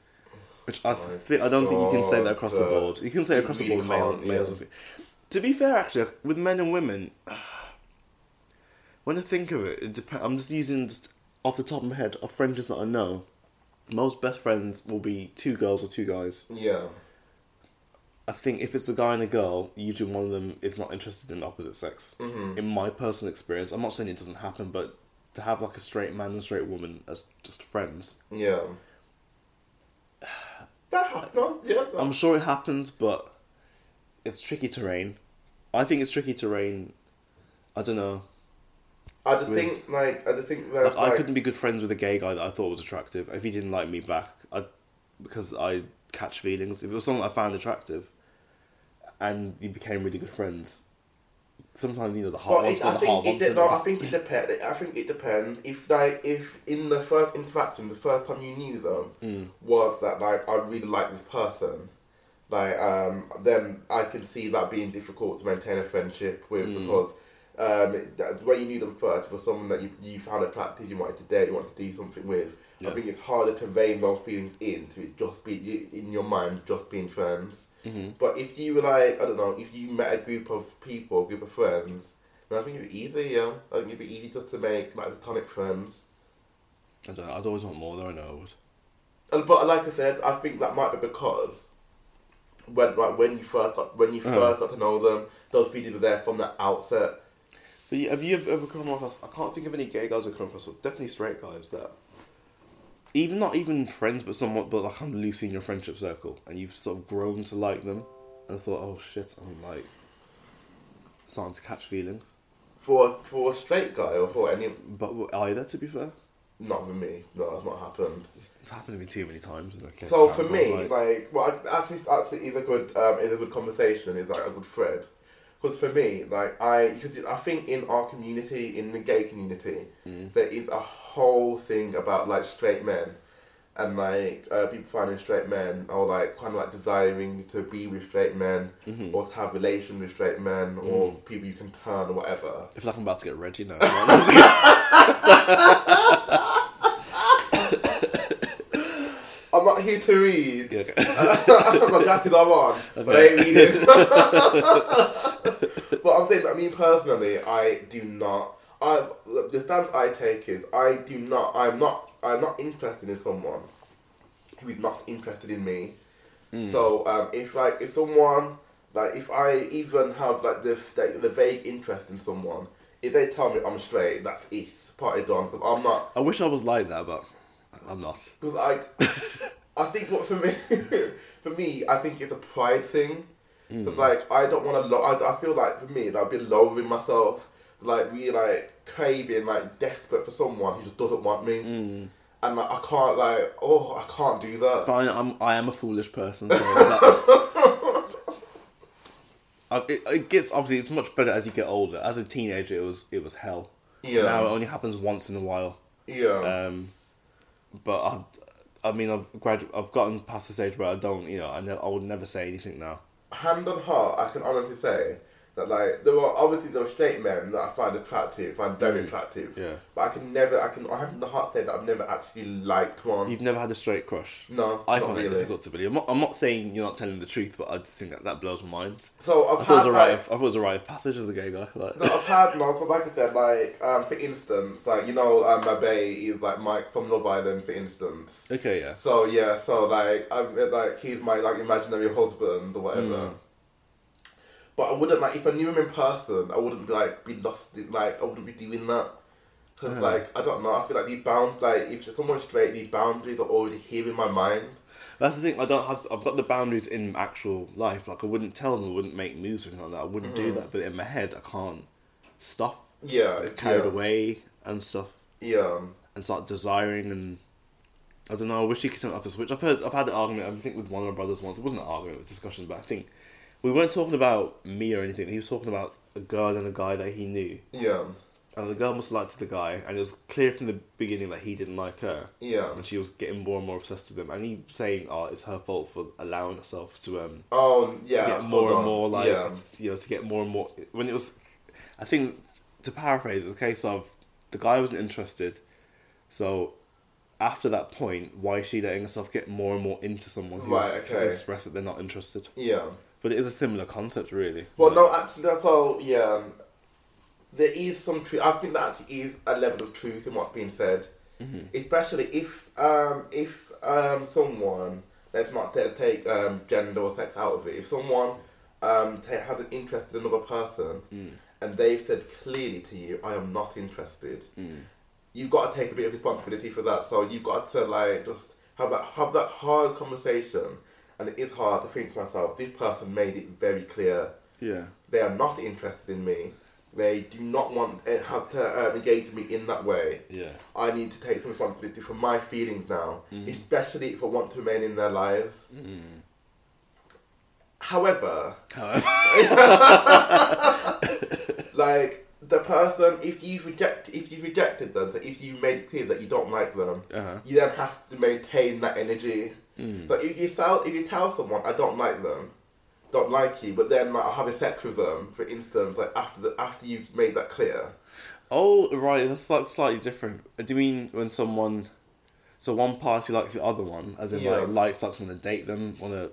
Speaker 2: which I
Speaker 1: my
Speaker 2: think I don't think you can say that
Speaker 1: God,
Speaker 2: across the
Speaker 1: uh,
Speaker 2: board. You can say
Speaker 1: you
Speaker 2: across the
Speaker 1: really
Speaker 2: board, male,
Speaker 1: can't,
Speaker 2: males.
Speaker 1: yeah.
Speaker 2: and fe- To be fair, actually, with men and women, when I think of it, it dep- I'm just using just off the top of my head of friendships that I know. Most best friends will be two girls or two guys.
Speaker 1: Yeah.
Speaker 2: I think if it's a guy and a girl, usually one of them is not interested in the opposite sex.
Speaker 1: Mhm.
Speaker 2: In my personal experience, I'm not saying it doesn't happen, but to have like a straight man and straight woman as just friends,
Speaker 1: Yeah. That happened. Yeah.
Speaker 2: I'm sure it happens, but it's tricky terrain. I think it's tricky terrain. I don't know.
Speaker 1: I just
Speaker 2: with-
Speaker 1: think like I just think
Speaker 2: Like,
Speaker 1: that's like,
Speaker 2: I couldn't be good friends with a gay guy that I thought was attractive if he didn't like me back. I because I catch feelings. If it was someone I found attractive, and you became really good friends. Sometimes you know the hard
Speaker 1: But
Speaker 2: ones.
Speaker 1: it, I
Speaker 2: the hard
Speaker 1: think it
Speaker 2: ones.
Speaker 1: de- no, I think it depends. I think it depends if like if in the first interaction, the first time you knew them,
Speaker 2: Mm.
Speaker 1: was that like I really like this person, like um then I can see that being difficult to maintain a friendship with
Speaker 2: Mm.
Speaker 1: because. Um, it- that- when you knew them first, for someone that you, you found attractive, you wanted to date, you wanted to do something with.
Speaker 2: Yeah.
Speaker 1: I think it's harder to rein those feelings in to it just be in your mind, just being friends. But if you were like, I don't know, if you met a group of people, a group of friends, then I think it'd be easy, yeah. I think it'd be easy just to make like platonic friends.
Speaker 2: I don't know. I'd always want more though, I know I would.
Speaker 1: And, but like I said, I think that might be because when like when you first got, when you
Speaker 2: Oh.
Speaker 1: first got to know them, those feelings were there from the outset.
Speaker 2: But you, have you ever, ever come across? I can't think of any gay guys I've come across, but definitely straight guys that, even not even friends, but somewhat, but like I'm loosely in your friendship circle, and you've sort of grown to like them, and thought, oh shit, I'm like starting to catch feelings.
Speaker 1: For for a straight guy or for any,
Speaker 2: But w- either, to be fair,
Speaker 1: not with me. No, that's not happened.
Speaker 2: it's happened to me too many times. And I can't
Speaker 1: So
Speaker 2: count,
Speaker 1: for
Speaker 2: but
Speaker 1: me,
Speaker 2: like-
Speaker 1: like, well, I- actually, actually, is a good, um, is a good conversation. Is like a good thread. Because for me, like, I, because I think in our community, in the gay community, there is a whole thing about like straight men, and like uh, people finding straight men, or like kind of like desiring to be with straight men, or to have relations with straight men, or people you can turn or whatever.
Speaker 2: I feel like I'm about to get Reggie now. honestly.
Speaker 1: I'm not here to read.
Speaker 2: Yeah, okay.
Speaker 1: my jacket I'm on, but I ain't reading. but I'm saying, I mean, personally, I do not. I look, the stance I take is I do not. I'm not. I'm not interested in someone who is not interested in me. So um, if like if someone like if I even have like the like, the vague interest in someone, if they tell me I'm straight, that's it. Party done. 'cause I'm not.
Speaker 2: I wish I was like that, but I'm not.
Speaker 1: Because I, I think what for me, for me, I think it's a pride thing.
Speaker 2: Hmm.
Speaker 1: 'Cause, Like I don't want to. Lo- I, I feel like for me, like, I've been lowering myself, like really like craving, like desperate for someone who just doesn't want me,
Speaker 2: Hmm.
Speaker 1: and like I can't like oh I can't do that.
Speaker 2: But I, I'm, I am a foolish person, so that's. I- It, it gets obviously it's much better as you get older. As a teenager, it was it was hell.
Speaker 1: Yeah.
Speaker 2: Uh. Now it only happens once in a while.
Speaker 1: yeah,
Speaker 2: Um, but I, I mean, I've gradu- I've gotten past the stage where I don't, you know, I, ne- I would never say anything now.
Speaker 1: hand on heart, I can honestly say that like there were obviously there were straight men that I find attractive, find very
Speaker 2: Mm.
Speaker 1: attractive.
Speaker 2: Yeah.
Speaker 1: But I can never, I can, I have the heart to say that I've never actually liked one.
Speaker 2: You've never had a straight crush.
Speaker 1: no,
Speaker 2: I
Speaker 1: not
Speaker 2: find it
Speaker 1: really.
Speaker 2: difficult to believe. I'm not, I'm not saying you're not telling the truth, but I just think that that blows my mind.
Speaker 1: So I've
Speaker 2: I
Speaker 1: had
Speaker 2: thought it was a
Speaker 1: like,
Speaker 2: right. Of, I thought it was a right of passage as a gay guy. Like,
Speaker 1: No, I've had no. So like I said, like um, for instance, like you know, um, my bae is like Mike from Love Island, for instance.
Speaker 2: okay, yeah.
Speaker 1: So yeah, so like I'm uh, like he's my like imaginary husband or whatever.
Speaker 2: Hmm.
Speaker 1: But I wouldn't like if I knew him in person, I wouldn't like be lost. in- Like I wouldn't be doing that. Cause
Speaker 2: Uh-huh.
Speaker 1: like I don't know, I feel like these bound like if someone's straight, these boundaries are already here in my mind.
Speaker 2: That's the thing. I don't have. I've got the boundaries in actual life. Like I wouldn't tell them. I wouldn't make moves or anything like that. I wouldn't do that. But in my head, I can't stop
Speaker 1: Yeah,
Speaker 2: carried
Speaker 1: Uh, yeah,
Speaker 2: away and stuff,
Speaker 1: yeah.
Speaker 2: and start desiring and. I don't know. I wish you could turn off the switch. I've heard. I've had an argument. I think with one of my brothers once. It wasn't an argument. It was discussion. But I think we weren't talking about me or anything. He was talking about a girl and a guy that he knew,
Speaker 1: Yeah,
Speaker 2: and the girl must have liked the guy, and it was clear from the beginning that he didn't like her.
Speaker 1: yeah.
Speaker 2: and she was getting more and more obsessed with him. And he saying, "Oh, it's her fault for allowing herself to um
Speaker 1: Oh yeah.
Speaker 2: to get more
Speaker 1: hold
Speaker 2: and
Speaker 1: on.
Speaker 2: more like
Speaker 1: yeah.
Speaker 2: you know to get more and more." When it was, I think to paraphrase, it was a case of the guy wasn't interested, so. After that point, why is she letting herself get more and more into someone who
Speaker 1: Right, okay.
Speaker 2: can express that they're not interested?
Speaker 1: yeah.
Speaker 2: But it is a similar concept, really.
Speaker 1: Well, no, actually, that's all. Yeah, um, there is some truth. I think there actually is a level of truth in what's being said,
Speaker 2: Mm-hmm,
Speaker 1: especially if um, if um, someone let's not ta- take um, gender or sex out of it. If someone um, ta has an interest in another person and they've said clearly to you, "I am not interested,"
Speaker 2: mm-hmm.
Speaker 1: you've got to take a bit of responsibility for that. So you've got to like just have that have that hard conversation. And it is hard to think to myself, this person made it very clear
Speaker 2: Yeah.
Speaker 1: they are not interested in me. They do not want eh, have to um, engage me in that way.
Speaker 2: Yeah.
Speaker 1: I need to take some responsibility for my feelings now, especially if I want to remain in their lives. However,
Speaker 2: However,
Speaker 1: like the person, if you reject, if you rejected them, so if you made it clear that you don't like them,
Speaker 2: uh-huh.
Speaker 1: you then have to maintain that energy.
Speaker 2: Mm.
Speaker 1: But if you tell if you tell someone I don't like them, don't like you, but then like, I'll have a sex with them, for instance, like after the, after you've made that clear.
Speaker 2: Oh right, that's like slightly different. Do you mean when someone, so one party likes the other one, as in
Speaker 1: Yeah.
Speaker 2: like likes, like want to date them, want to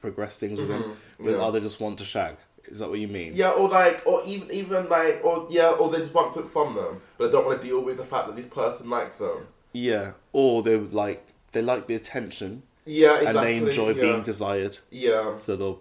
Speaker 2: progress things with them,
Speaker 1: Mhm,
Speaker 2: but the
Speaker 1: yeah.
Speaker 2: other just want to shag? Is that what you mean?
Speaker 1: Yeah, or like, or even even like, or yeah, or they just want something from them, but I don't want to deal with the fact that this person likes them.
Speaker 2: Yeah. Or they would like they like the attention
Speaker 1: Yeah,
Speaker 2: and
Speaker 1: exactly.
Speaker 2: they enjoy
Speaker 1: yeah.
Speaker 2: being desired,
Speaker 1: Yeah,
Speaker 2: so they'll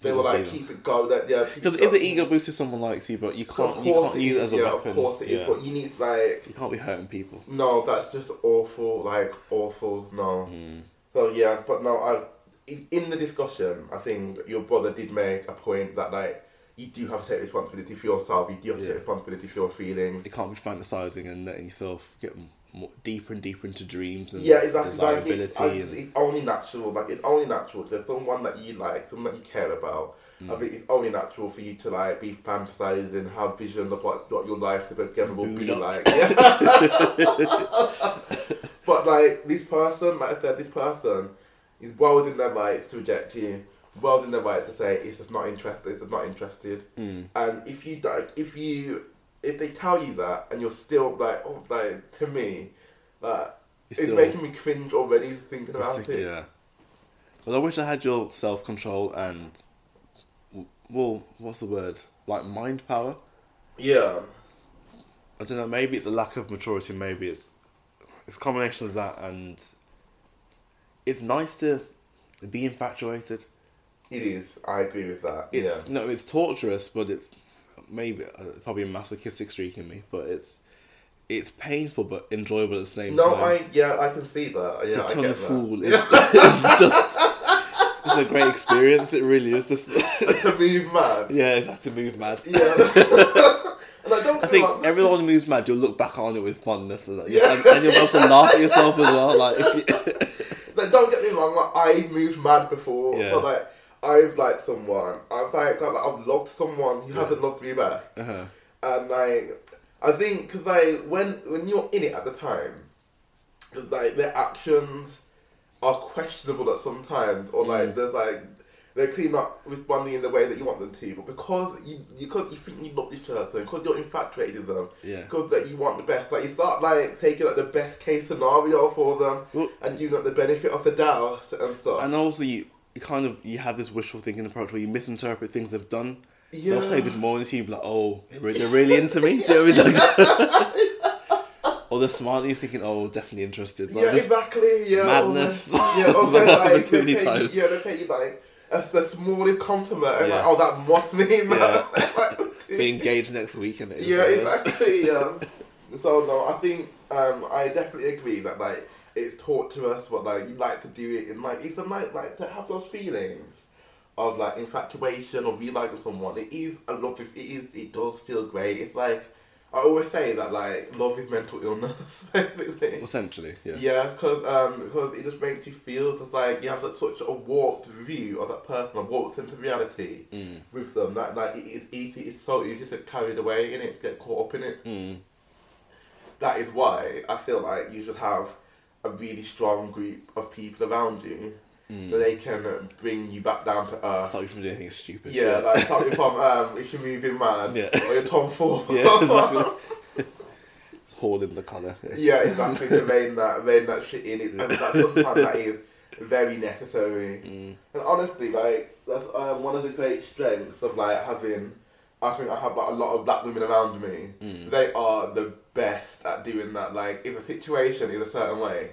Speaker 1: they will like keep it go. That yeah, keep
Speaker 2: because
Speaker 1: it
Speaker 2: it's an
Speaker 1: going.
Speaker 2: ego boost if someone likes you, but you
Speaker 1: Of
Speaker 2: can't you
Speaker 1: course,
Speaker 2: can't
Speaker 1: it
Speaker 2: use it
Speaker 1: is.
Speaker 2: as a
Speaker 1: Yeah,
Speaker 2: weapon.
Speaker 1: of course it is.
Speaker 2: Yeah.
Speaker 1: But you need like
Speaker 2: You can't be hurting people.
Speaker 1: no, that's just awful. Like awful. No.
Speaker 2: Mm.
Speaker 1: So yeah, but no, I in, in the discussion, I think your brother did make a point that like you do have to take responsibility for yourself. You do have to
Speaker 2: Yeah.
Speaker 1: take responsibility for your feelings.
Speaker 2: You can't be fantasizing and letting yourself get m- more, deeper and deeper into dreams and
Speaker 1: Yeah, exactly. Like
Speaker 2: desirability
Speaker 1: it's, I-
Speaker 2: and
Speaker 1: it's only natural. Like it's only natural. If There's someone that you like, someone that you care about.
Speaker 2: Mm.
Speaker 1: I think it's only natural for you to like be fantasizing, have visions of what, what your life together will be
Speaker 2: Mood up.
Speaker 1: like. but like this person, like I said, this person is well within their rights to reject you. Well within their right to say it's just not interested. It's just not interested.
Speaker 2: Mm.
Speaker 1: And if you like, if you if they tell you that and you're still like, oh, like to me, like
Speaker 2: It's
Speaker 1: it's,
Speaker 2: still-
Speaker 1: making me cringe already thinking
Speaker 2: Just
Speaker 1: about
Speaker 2: to-
Speaker 1: it.
Speaker 2: Yeah. Well, I wish I had your self control and, w- well, what's the word? Like mind power.
Speaker 1: Yeah.
Speaker 2: I don't know. Maybe it's a lack of maturity. Maybe it's it's a combination of that and. It's nice to be infatuated.
Speaker 1: it is. I agree with that.
Speaker 2: It's
Speaker 1: yeah.
Speaker 2: no, it's torturous, but it's maybe uh, probably a masochistic streak in me. But it's it's painful but enjoyable at the same
Speaker 1: No,
Speaker 2: time.
Speaker 1: I yeah, I can see that. Yeah,
Speaker 2: the
Speaker 1: I
Speaker 2: ton
Speaker 1: get
Speaker 2: of
Speaker 1: that.
Speaker 2: fool is, is just it's a great experience. It really is just
Speaker 1: to move mad.
Speaker 2: yeah, it's had to move mad.
Speaker 1: Yeah. and I don't
Speaker 2: I think
Speaker 1: like,
Speaker 2: everyone who moves mad, you'll look back on it with fondness, and, like,
Speaker 1: Yeah.
Speaker 2: and, and you'll also laugh at yourself as well. Like, if you,
Speaker 1: like don't get me wrong, like I've moved mad before.
Speaker 2: Yeah.
Speaker 1: So like I've liked someone. I've like, got, like I've loved someone who hasn't loved me back.
Speaker 2: uh-huh.
Speaker 1: and like I think because like when when you're in it at the time, 'cause, like their actions are questionable at some times, or
Speaker 2: Mm.
Speaker 1: like there's like they're clearly not responding in the way that you want them to, but because you because you think you love this person, because you're infatuated with them,
Speaker 2: Yeah.
Speaker 1: because that you want the best, like you start like taking like the best case scenario for them
Speaker 2: Well-
Speaker 1: and giving them the benefit of the doubt and stuff.
Speaker 2: And also, you, you kind of you have this wishful thinking approach where you misinterpret things they've done.
Speaker 1: Yeah.
Speaker 2: They'll say good morning to you, be like, oh, they're re- they're really into me. Do you know what I mean? or they're smiling, you're thinking, oh, definitely interested. Like,
Speaker 1: yeah,
Speaker 2: this-
Speaker 1: exactly. Yeah,
Speaker 2: madness.
Speaker 1: almost. Yeah, or
Speaker 2: That
Speaker 1: they, like,
Speaker 2: happened too
Speaker 1: they
Speaker 2: many
Speaker 1: pay,
Speaker 2: times.
Speaker 1: Yeah, they pay you like a, the smallest compliment. and Like,
Speaker 2: Yeah.
Speaker 1: oh, that must mean
Speaker 2: Yeah.
Speaker 1: that.
Speaker 2: Be engaged next week, and
Speaker 1: yeah, exactly. Yeah. so no, I think um, I definitely agree that like it's taught to us, but like you like to do it in like even like like to have those feelings of like infatuation or realizing someone. It is a love. It is. It does feel great. It's like I always say that like love is mental illness. Basically.
Speaker 2: Essentially, yeah.
Speaker 1: Yeah, because it just makes you feel just like you have such, such a warped view of that person, a warped into reality
Speaker 2: Mm.
Speaker 1: with them. That like it is easy, it's so easy to get carried away in it, get caught up in it.
Speaker 2: Mm.
Speaker 1: That is why I feel like you should have a really strong group of people around you
Speaker 2: Mm.
Speaker 1: that they can bring you back down to earth.
Speaker 2: Stop you from doing anything stupid.
Speaker 1: yeah, like something from um, if you're moving mad
Speaker 2: Yeah.
Speaker 1: or you're Tom Ford.
Speaker 2: yeah, exactly. It's hoarding the colour. Yeah.
Speaker 1: Yeah, exactly. to rein that rein that shit in, it, and that sometimes that is very necessary. And honestly, like that's um, one of the great strengths of like having. I think I have like a lot of black women around me. They are the best at doing that. Like if a situation is a certain way,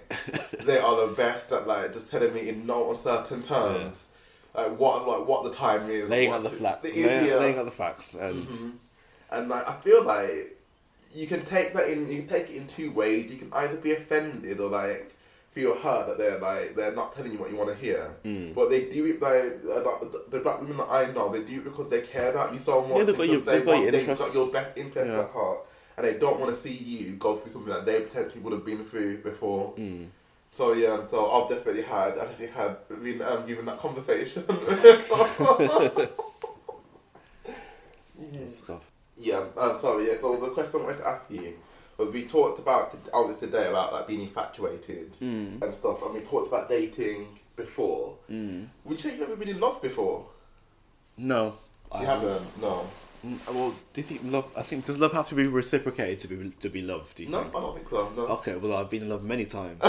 Speaker 1: they are the best at like just telling me in no uncertain terms. Like what, like what the time is.
Speaker 2: Laying out
Speaker 1: what's
Speaker 2: the
Speaker 1: it-
Speaker 2: facts.
Speaker 1: it is, yeah.
Speaker 2: Laying, laying out the facts, and
Speaker 1: And like I feel like you can take that in you can take it in two ways. You can either be offended or like feel hurt that they're like they're not telling you what you want to hear.
Speaker 2: Mm.
Speaker 1: But they do it by like, the black women that I know, they do it because they care about you so much.
Speaker 2: Yeah, they've got
Speaker 1: because
Speaker 2: your- they've got your
Speaker 1: they've got
Speaker 2: interests.
Speaker 1: your best interest
Speaker 2: Yeah.
Speaker 1: at heart. And they don't want to see you go through something that they potentially would have been through before.
Speaker 2: Mm.
Speaker 1: So yeah, so I've definitely had, I definitely had been um, given that conversation. Mm-hmm.
Speaker 2: and stuff.
Speaker 1: Yeah, um, sorry. Yeah, so the question I wanted to ask you was we talked about obviously today about like being infatuated
Speaker 2: Mm.
Speaker 1: and stuff, and we talked about dating before.
Speaker 2: Mm.
Speaker 1: Would you say you've ever been in love before?
Speaker 2: No, I
Speaker 1: you haven't. No.
Speaker 2: N- Mm, Well, do you think love? I think does love have to be reciprocated to be to be loved? Do you
Speaker 1: No, I
Speaker 2: think?
Speaker 1: don't think so. No.
Speaker 2: Okay, well, I've been in love many times.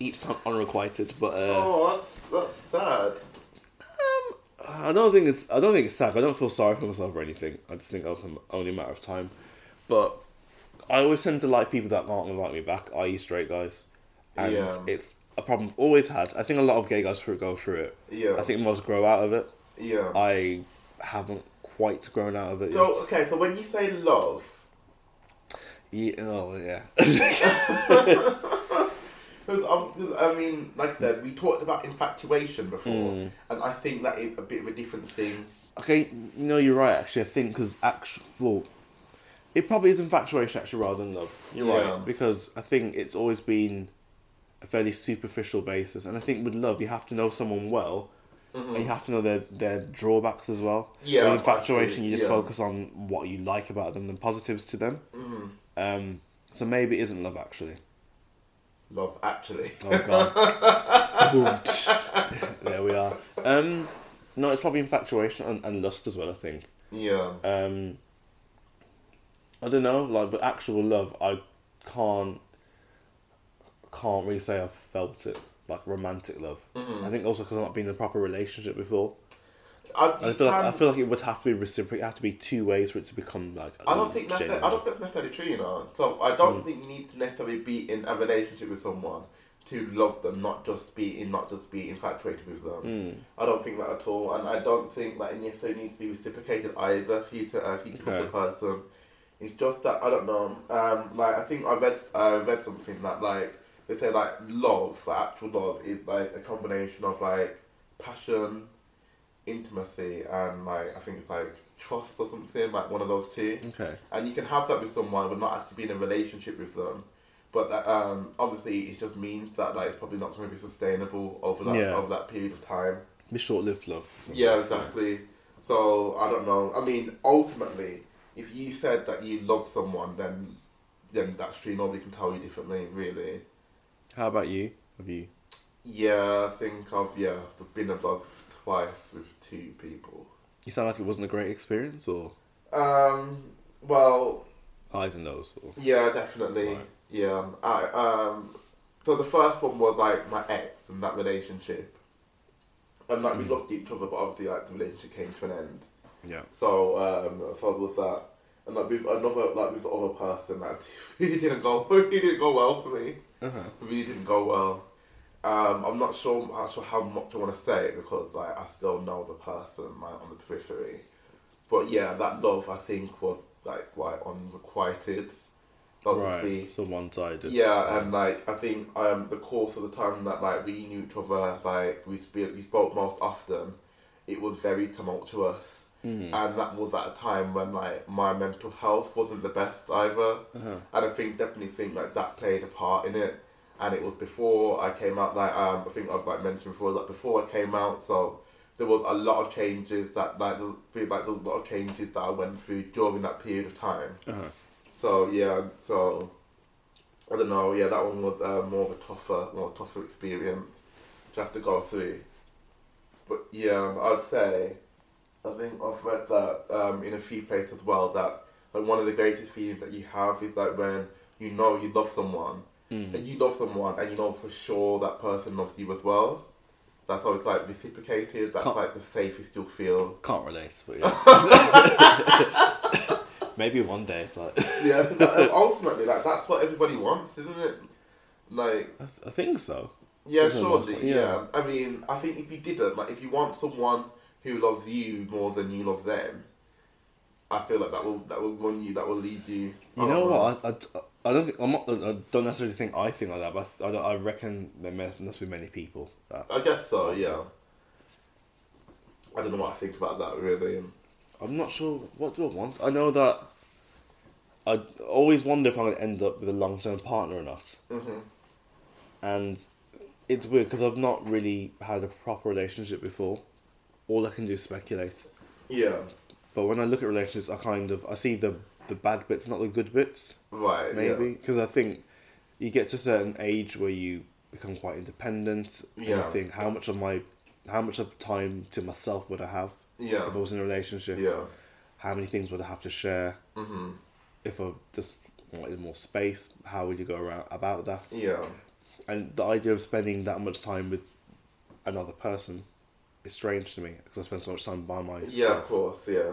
Speaker 2: Each time unrequited, but uh,
Speaker 1: Oh, that's that's sad.
Speaker 2: I don't think it's. I don't think it's sad. I don't feel sorry for myself or anything. I just think that was an- only a matter of time. But I always tend to like people that aren't gonna like me back, i.e., straight guys, and
Speaker 1: Yeah.
Speaker 2: it's a problem I've always had. I think a lot of gay guys through go through it.
Speaker 1: Yeah.
Speaker 2: I think most grow out of it.
Speaker 1: Yeah.
Speaker 2: I haven't quite grown out of it.
Speaker 1: so
Speaker 2: yet.
Speaker 1: okay, so when you say love,
Speaker 2: Yeah, oh yeah.
Speaker 1: 'cause I'm- 'cause, I mean, like I said, we talked about infatuation before,
Speaker 2: Mm.
Speaker 1: and I think that is a bit of a different thing.
Speaker 2: okay, no, you're right. Actually, I think because actual, well, it probably is infatuation actually rather than love. You're
Speaker 1: Yeah.
Speaker 2: right because I think it's always been a fairly superficial basis, and I think with love you have to know someone well, and you have to know their their drawbacks as well.
Speaker 1: Mm-hmm. Yeah,
Speaker 2: with infatuation you just
Speaker 1: yeah.
Speaker 2: focus on what you like about them, the positives to them.
Speaker 1: Mm.
Speaker 2: Um, so maybe it isn't love actually.
Speaker 1: Love, actually.
Speaker 2: Oh god. Boom. Oh, there we are. Um, no, it's probably infatuation and, and lust as well. I think.
Speaker 1: Yeah.
Speaker 2: Um, I don't know, like, but actual love, I can't can't really say I've felt it like romantic love.
Speaker 1: Mm-hmm.
Speaker 2: I think also because I've not been in a proper relationship before. I
Speaker 1: you
Speaker 2: feel like I
Speaker 1: can-
Speaker 2: feel like it would have to be reciprocal. It have to be two ways for it to become like.
Speaker 1: I don't think that's
Speaker 2: genuine.
Speaker 1: I don't think that's necessarily true, you know. So I don't think you need to necessarily be in a relationship with someone to love them, not just be in, not just be infatuated with them. I don't think that at all, and I don't think that it necessarily needs to be reciprocated either for you to uh, for you to love
Speaker 2: Okay.
Speaker 1: the person. It's just that I don't know. Um, like I think I read I read something that like they say like love, like actual love, is like a combination of like passion, intimacy, and like I think it's like trust or something, like one of those two
Speaker 2: Okay.
Speaker 1: and you can have that with someone but not actually be in a relationship with them. But that, um, obviously, it just means that like it's probably not going to be sustainable over that
Speaker 2: Yeah.
Speaker 1: over that period of time.
Speaker 2: Be short-lived love. or something.
Speaker 1: Yeah, exactly. So I don't know. I mean, ultimately, if you said that you loved someone, then then that's true. Nobody can tell you differently, really.
Speaker 2: How about you? Have you?
Speaker 1: Yeah, I think I've yeah been above twice with two people.
Speaker 2: You sound like it wasn't a great experience, or
Speaker 1: Um, well,
Speaker 2: highs and lows. Or...
Speaker 1: yeah, definitely.
Speaker 2: Right.
Speaker 1: Yeah, I um, so the first one was like my ex and that relationship, and like we loved each other, but obviously like the relationship came to an end.
Speaker 2: Yeah.
Speaker 1: So um, so with that, and like with another like with the other person, like really didn't go really didn't go well for me.
Speaker 2: Uh huh.
Speaker 1: really didn't go well. Um, I'm not sure I'm not sure how much I want to say it because like I still know the person like on the periphery, but yeah, that love I think was like quite unrequited, so
Speaker 2: right.
Speaker 1: to speak.
Speaker 2: So one sided.
Speaker 1: Yeah, and like I think um, the course of the time that like we knew each other, like we sp- we spoke most often, it was very tumultuous. And that was at a time when like my mental health wasn't the best either,
Speaker 2: Uh-huh.
Speaker 1: and I think definitely think like that played a part in it. And it was before I came out. Like um, I think I've like mentioned before, like before I came out, so there was a lot of changes that like there was, like there was a lot of changes that I went through during that period of time.
Speaker 2: Uh huh.
Speaker 1: So yeah, so I don't know. Yeah, that one was uh, more of a tougher, more tougher experience to have to go through. But yeah, um, I'd say I think I've read that um, in a few places as well that like one of the greatest feelings that you have is like when you know you love someone and you love someone and you know for sure that person loves you as well. That's always like reciprocated. That's
Speaker 2: Can't-
Speaker 1: like the safest you'll feel.
Speaker 2: Can't relate, but yeah. Maybe one day, like
Speaker 1: Yeah, but, uh, ultimately, like that's what everybody wants, isn't it? Like
Speaker 2: I, I think so.
Speaker 1: Yeah,
Speaker 2: Isn't it
Speaker 1: surely.
Speaker 2: nice?
Speaker 1: yeah.
Speaker 2: Yeah.
Speaker 1: I mean, I think if you didn't, like, if you want someone who loves you more than you love them, I feel like that will that will run you. That will lead you.
Speaker 2: You know what? I, I, I don't think I'm not. I don't necessarily think I think like that, but I, don't- I reckon there may- must be many people that
Speaker 1: I guess so. Yeah. I don't know what I think about that really.
Speaker 2: I'm not sure what do I want. I know that I always wonder if I'm going to end up with a long term partner or not.
Speaker 1: Mm-hmm.
Speaker 2: And it's weird because I've not really had a proper relationship before. All I can do is speculate.
Speaker 1: Yeah.
Speaker 2: But when I look at relationships, I kind of I see the the bad bits, not the good bits.
Speaker 1: Right.
Speaker 2: Maybe because I think you get to a certain age where you become quite independent. And I
Speaker 1: Yeah.
Speaker 2: think how much of my how much of time to myself would I have
Speaker 1: Yeah.
Speaker 2: if I was in a relationship?
Speaker 1: Yeah. Yeah.
Speaker 2: How many things would I have to share?
Speaker 1: Mm-hmm.
Speaker 2: if I just wanted more space, how would you go around about that?
Speaker 1: Yeah.
Speaker 2: And the idea of spending that much time with another person is strange to me because I spend so much time by myself.
Speaker 1: Yeah. Of course. Yeah.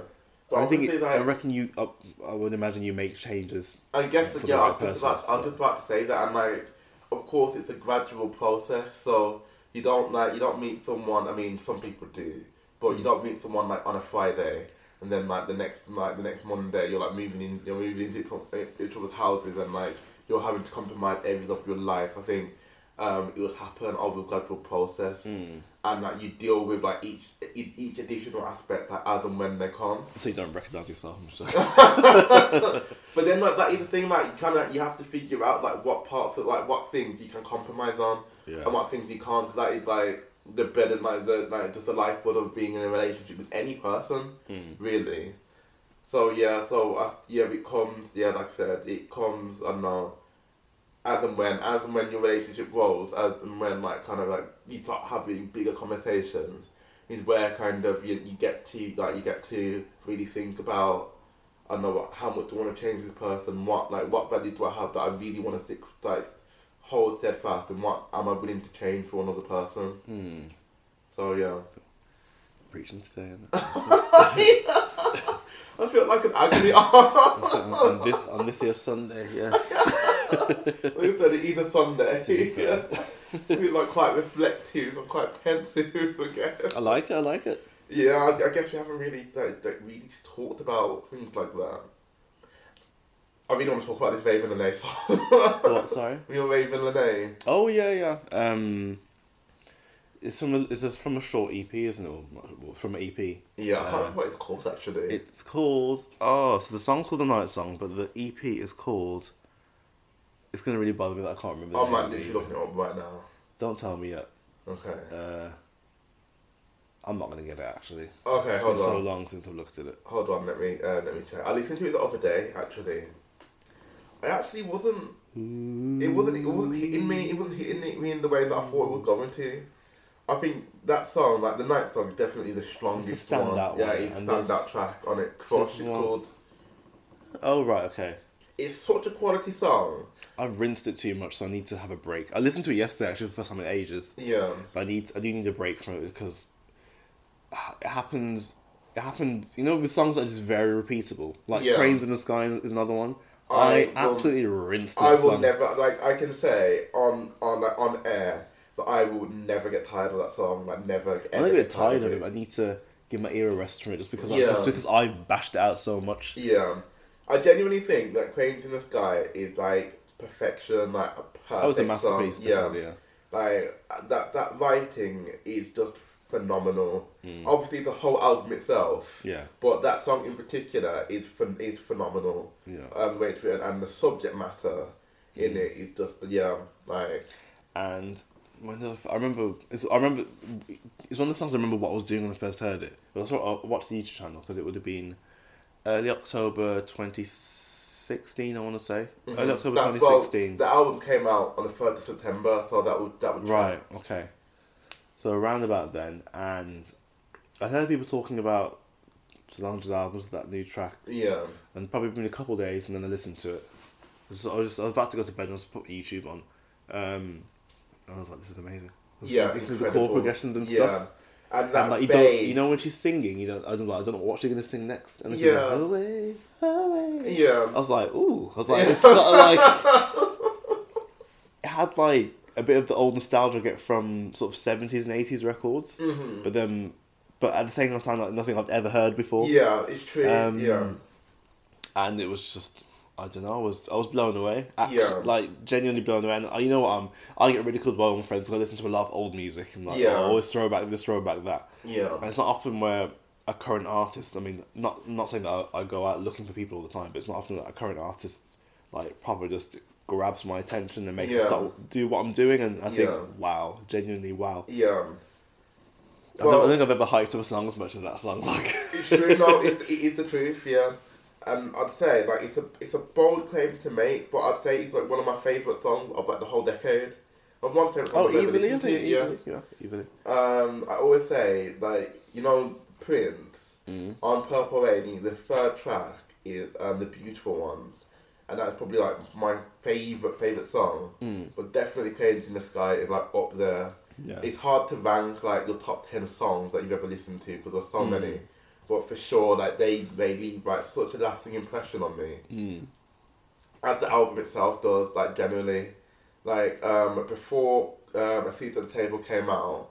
Speaker 1: But
Speaker 2: I think
Speaker 1: obviously,
Speaker 2: it,
Speaker 1: like,
Speaker 2: I reckon you. I, I would imagine you make changes.
Speaker 1: I guess
Speaker 2: for the
Speaker 1: yeah.
Speaker 2: right
Speaker 1: I was, just
Speaker 2: person,
Speaker 1: about, I was
Speaker 2: yeah.
Speaker 1: just about to say that, and like, of course, it's a gradual process. So you don't like you don't meet someone. I mean, some people do, but
Speaker 2: Mm.
Speaker 1: you don't meet someone like on a Friday, and then like the next like the next Monday, you're like moving in. You're moving into each- each other's houses, and like you're having to compromise areas of your life. I think um, it would happen over a gradual process,
Speaker 2: Mm.
Speaker 1: and like you deal with like each each each additional aspect like, as and when they come.
Speaker 2: So you don't recognise yourself.
Speaker 1: But then like that is the thing like you kind of you have to figure out like what parts of like what things you can compromise on
Speaker 2: Yeah.
Speaker 1: and what things you can't. 'cause that is like the burden like the like just the lifeblood of being in a relationship with any person
Speaker 2: hmm,
Speaker 1: really. So yeah, so uh, yeah, it comes. Yeah, like I said, it comes. I don't know. As and when, as and when your relationship grows, as and when like kind of like you start having bigger conversations, is where kind of you, you get to like you get to really think about I don't know what, how much do I want to change this person, what like what value do I have that I really want to stick like hold steadfast, and what am I willing to change for another person?
Speaker 2: Hmm.
Speaker 1: So yeah,
Speaker 2: Preaching today. is
Speaker 1: I feel like an agony aunt
Speaker 2: on, this, on this here Sunday, yes.
Speaker 1: We've done it either Sunday.
Speaker 2: To be fair.
Speaker 1: We're like quite reflective and quite pensive, I guess.
Speaker 2: I like it. I like it.
Speaker 1: Yeah, I, I guess we haven't really like, like really talked about things like that. I really want to talk about this Raven Lene song.
Speaker 2: What? Sorry.
Speaker 1: Real Raven Lene.
Speaker 2: Oh yeah, yeah. Um, it's from a, it's just from a short EP, isn't it? Or not- From an EP.
Speaker 1: Yeah, I can't
Speaker 2: Uh,
Speaker 1: remember what it's called actually.
Speaker 2: It's called oh, so the song's called the Night Song, but the EP is called. It's gonna really bother me that I can't remember. the
Speaker 1: I'm like
Speaker 2: name of the
Speaker 1: literally
Speaker 2: EP.
Speaker 1: looking it up right now.
Speaker 2: Don't tell me yet.
Speaker 1: Okay.
Speaker 2: Uh, I'm not gonna get it actually.
Speaker 1: Okay,
Speaker 2: It's
Speaker 1: hold
Speaker 2: been
Speaker 1: on.
Speaker 2: so long since I've looked at it.
Speaker 1: Hold on, let me uh, let me check. I listened to it the other day actually, I actually wasn't. It wasn't. It wasn't hitting me. It wasn't hitting me in the way that I thought it was going to. I think that song, like the night song, is definitely the strongest
Speaker 2: It's a standout
Speaker 1: one. Yeah,
Speaker 2: one,
Speaker 1: it's
Speaker 2: and
Speaker 1: standout
Speaker 2: there's-
Speaker 1: track on it. For
Speaker 2: there's
Speaker 1: it's
Speaker 2: one-
Speaker 1: called.
Speaker 2: Oh right, okay.
Speaker 1: It's such a quality song.
Speaker 2: I've rinsed it too much, so I need to have a break. I listened to it yesterday, actually, for the first time in ages.
Speaker 1: Yeah.
Speaker 2: But I need, I do need a break from it because it happens. It happened, you know, with songs that are just very repeatable. Like
Speaker 1: Yeah.
Speaker 2: "Cranes in the Sky" is another one.
Speaker 1: I
Speaker 2: I,
Speaker 1: will-
Speaker 2: absolutely rinsed that
Speaker 1: I will
Speaker 2: song.
Speaker 1: never like I can say on on like, on air that I will never get tired of that song. Like never.
Speaker 2: I'm
Speaker 1: ever
Speaker 2: not a
Speaker 1: get
Speaker 2: bit tired of it. but I need to give my ear a rest from it, just because I,
Speaker 1: Yeah.
Speaker 2: just because I bashed it out so much.
Speaker 1: Yeah, I genuinely think that "Cranes in the Sky" is like perfection, like a perfect
Speaker 2: That was a masterpiece.
Speaker 1: Song.
Speaker 2: Yeah,
Speaker 1: Yeah,
Speaker 2: yeah.
Speaker 1: like that that writing is just phenomenal. Obviously, the whole album itself.
Speaker 2: Hmm. Yeah.
Speaker 1: But that song in particular is phen- is phenomenal.
Speaker 2: Yeah. Hmm.
Speaker 1: Um, the way it's written and the subject matter in it is just yeah like
Speaker 2: and when the, I remember, it's, I remember, it's one of the songs I remember what I was doing when I first heard it. But I saw, I watched the YouTube channel because it would have been early October 2016, I want to say. Early October
Speaker 1: Mm-hmm. That's- well,
Speaker 2: 2016.
Speaker 1: the album came out on the third of September, so that would that would
Speaker 2: right, okay. So around about then, and I heard people talking about Solange's albums, that new track,
Speaker 1: Yeah.
Speaker 2: and probably been a couple days, and then I listened to it. So I was, just, I was about to go to bed, and I was put YouTube on. Um, and I was like, this is amazing. This is-
Speaker 1: Yeah,
Speaker 2: this is the
Speaker 1: incredible.
Speaker 2: chord progressions and
Speaker 1: yeah.
Speaker 2: stuff.
Speaker 1: And that
Speaker 2: And like you
Speaker 1: bass,
Speaker 2: don't, you know when she's singing, you don't. I don't, like, I don't know what she's gonna sing next. And then
Speaker 1: Yeah.
Speaker 2: she's like, away, away. I
Speaker 1: Yeah,
Speaker 2: was like, ooh. I was like, it's got like. It had like a bit of the old nostalgia I get from sort of seventies and eighties records,
Speaker 1: Mhm.
Speaker 2: but then, but at the same time, sound like nothing I've ever heard before.
Speaker 1: yeah, it's true.
Speaker 2: Oh. Um,
Speaker 1: yeah,
Speaker 2: And it was just. I don't know. I was I was blown away. Act-
Speaker 1: Yeah.
Speaker 2: Like genuinely blown away. And uh, you know what? Um, I get ridiculed by all my friends 'cause I listen to a lot of old music and like
Speaker 1: Yeah.
Speaker 2: oh, always throw back this, throw back that. And
Speaker 1: yeah,
Speaker 2: it's not often where a current artist. I mean, not not saying that I, I go out looking for people all the time, but it's not often that a current artist like probably just grabs my attention and makes me
Speaker 1: Yeah.
Speaker 2: stop do what I'm doing. And I think,
Speaker 1: Yeah.
Speaker 2: wow, genuinely wow.
Speaker 1: yeah.
Speaker 2: I, don't, I
Speaker 1: Well-
Speaker 2: don't think I've ever hyped up a song as much as that song. Like,
Speaker 1: It's true. no, it, it is the truth. Yeah, and I'd say like it's a it's a bold claim to make, but I'd say it's like one of my favorite songs of like the whole decade. Of one favorite song.
Speaker 2: oh,
Speaker 1: I've ever
Speaker 2: easily, I
Speaker 1: listened to,
Speaker 2: think,
Speaker 1: yeah.
Speaker 2: easily, yeah, easily.
Speaker 1: Um, I always say like you know Prince on Purple Rain. The third track is um, the beautiful ones, and that's probably like my favorite favorite song. But definitely Pains in the Sky is like up there.
Speaker 2: Yeah.
Speaker 1: It's hard to rank like your top ten songs that you've ever listened to because there's so
Speaker 2: Hmm.
Speaker 1: many. But for sure, like they they leave like such a lasting impression on me
Speaker 2: Mm.
Speaker 1: as the album itself does, like generally, like um, before um, a seat at the table came out,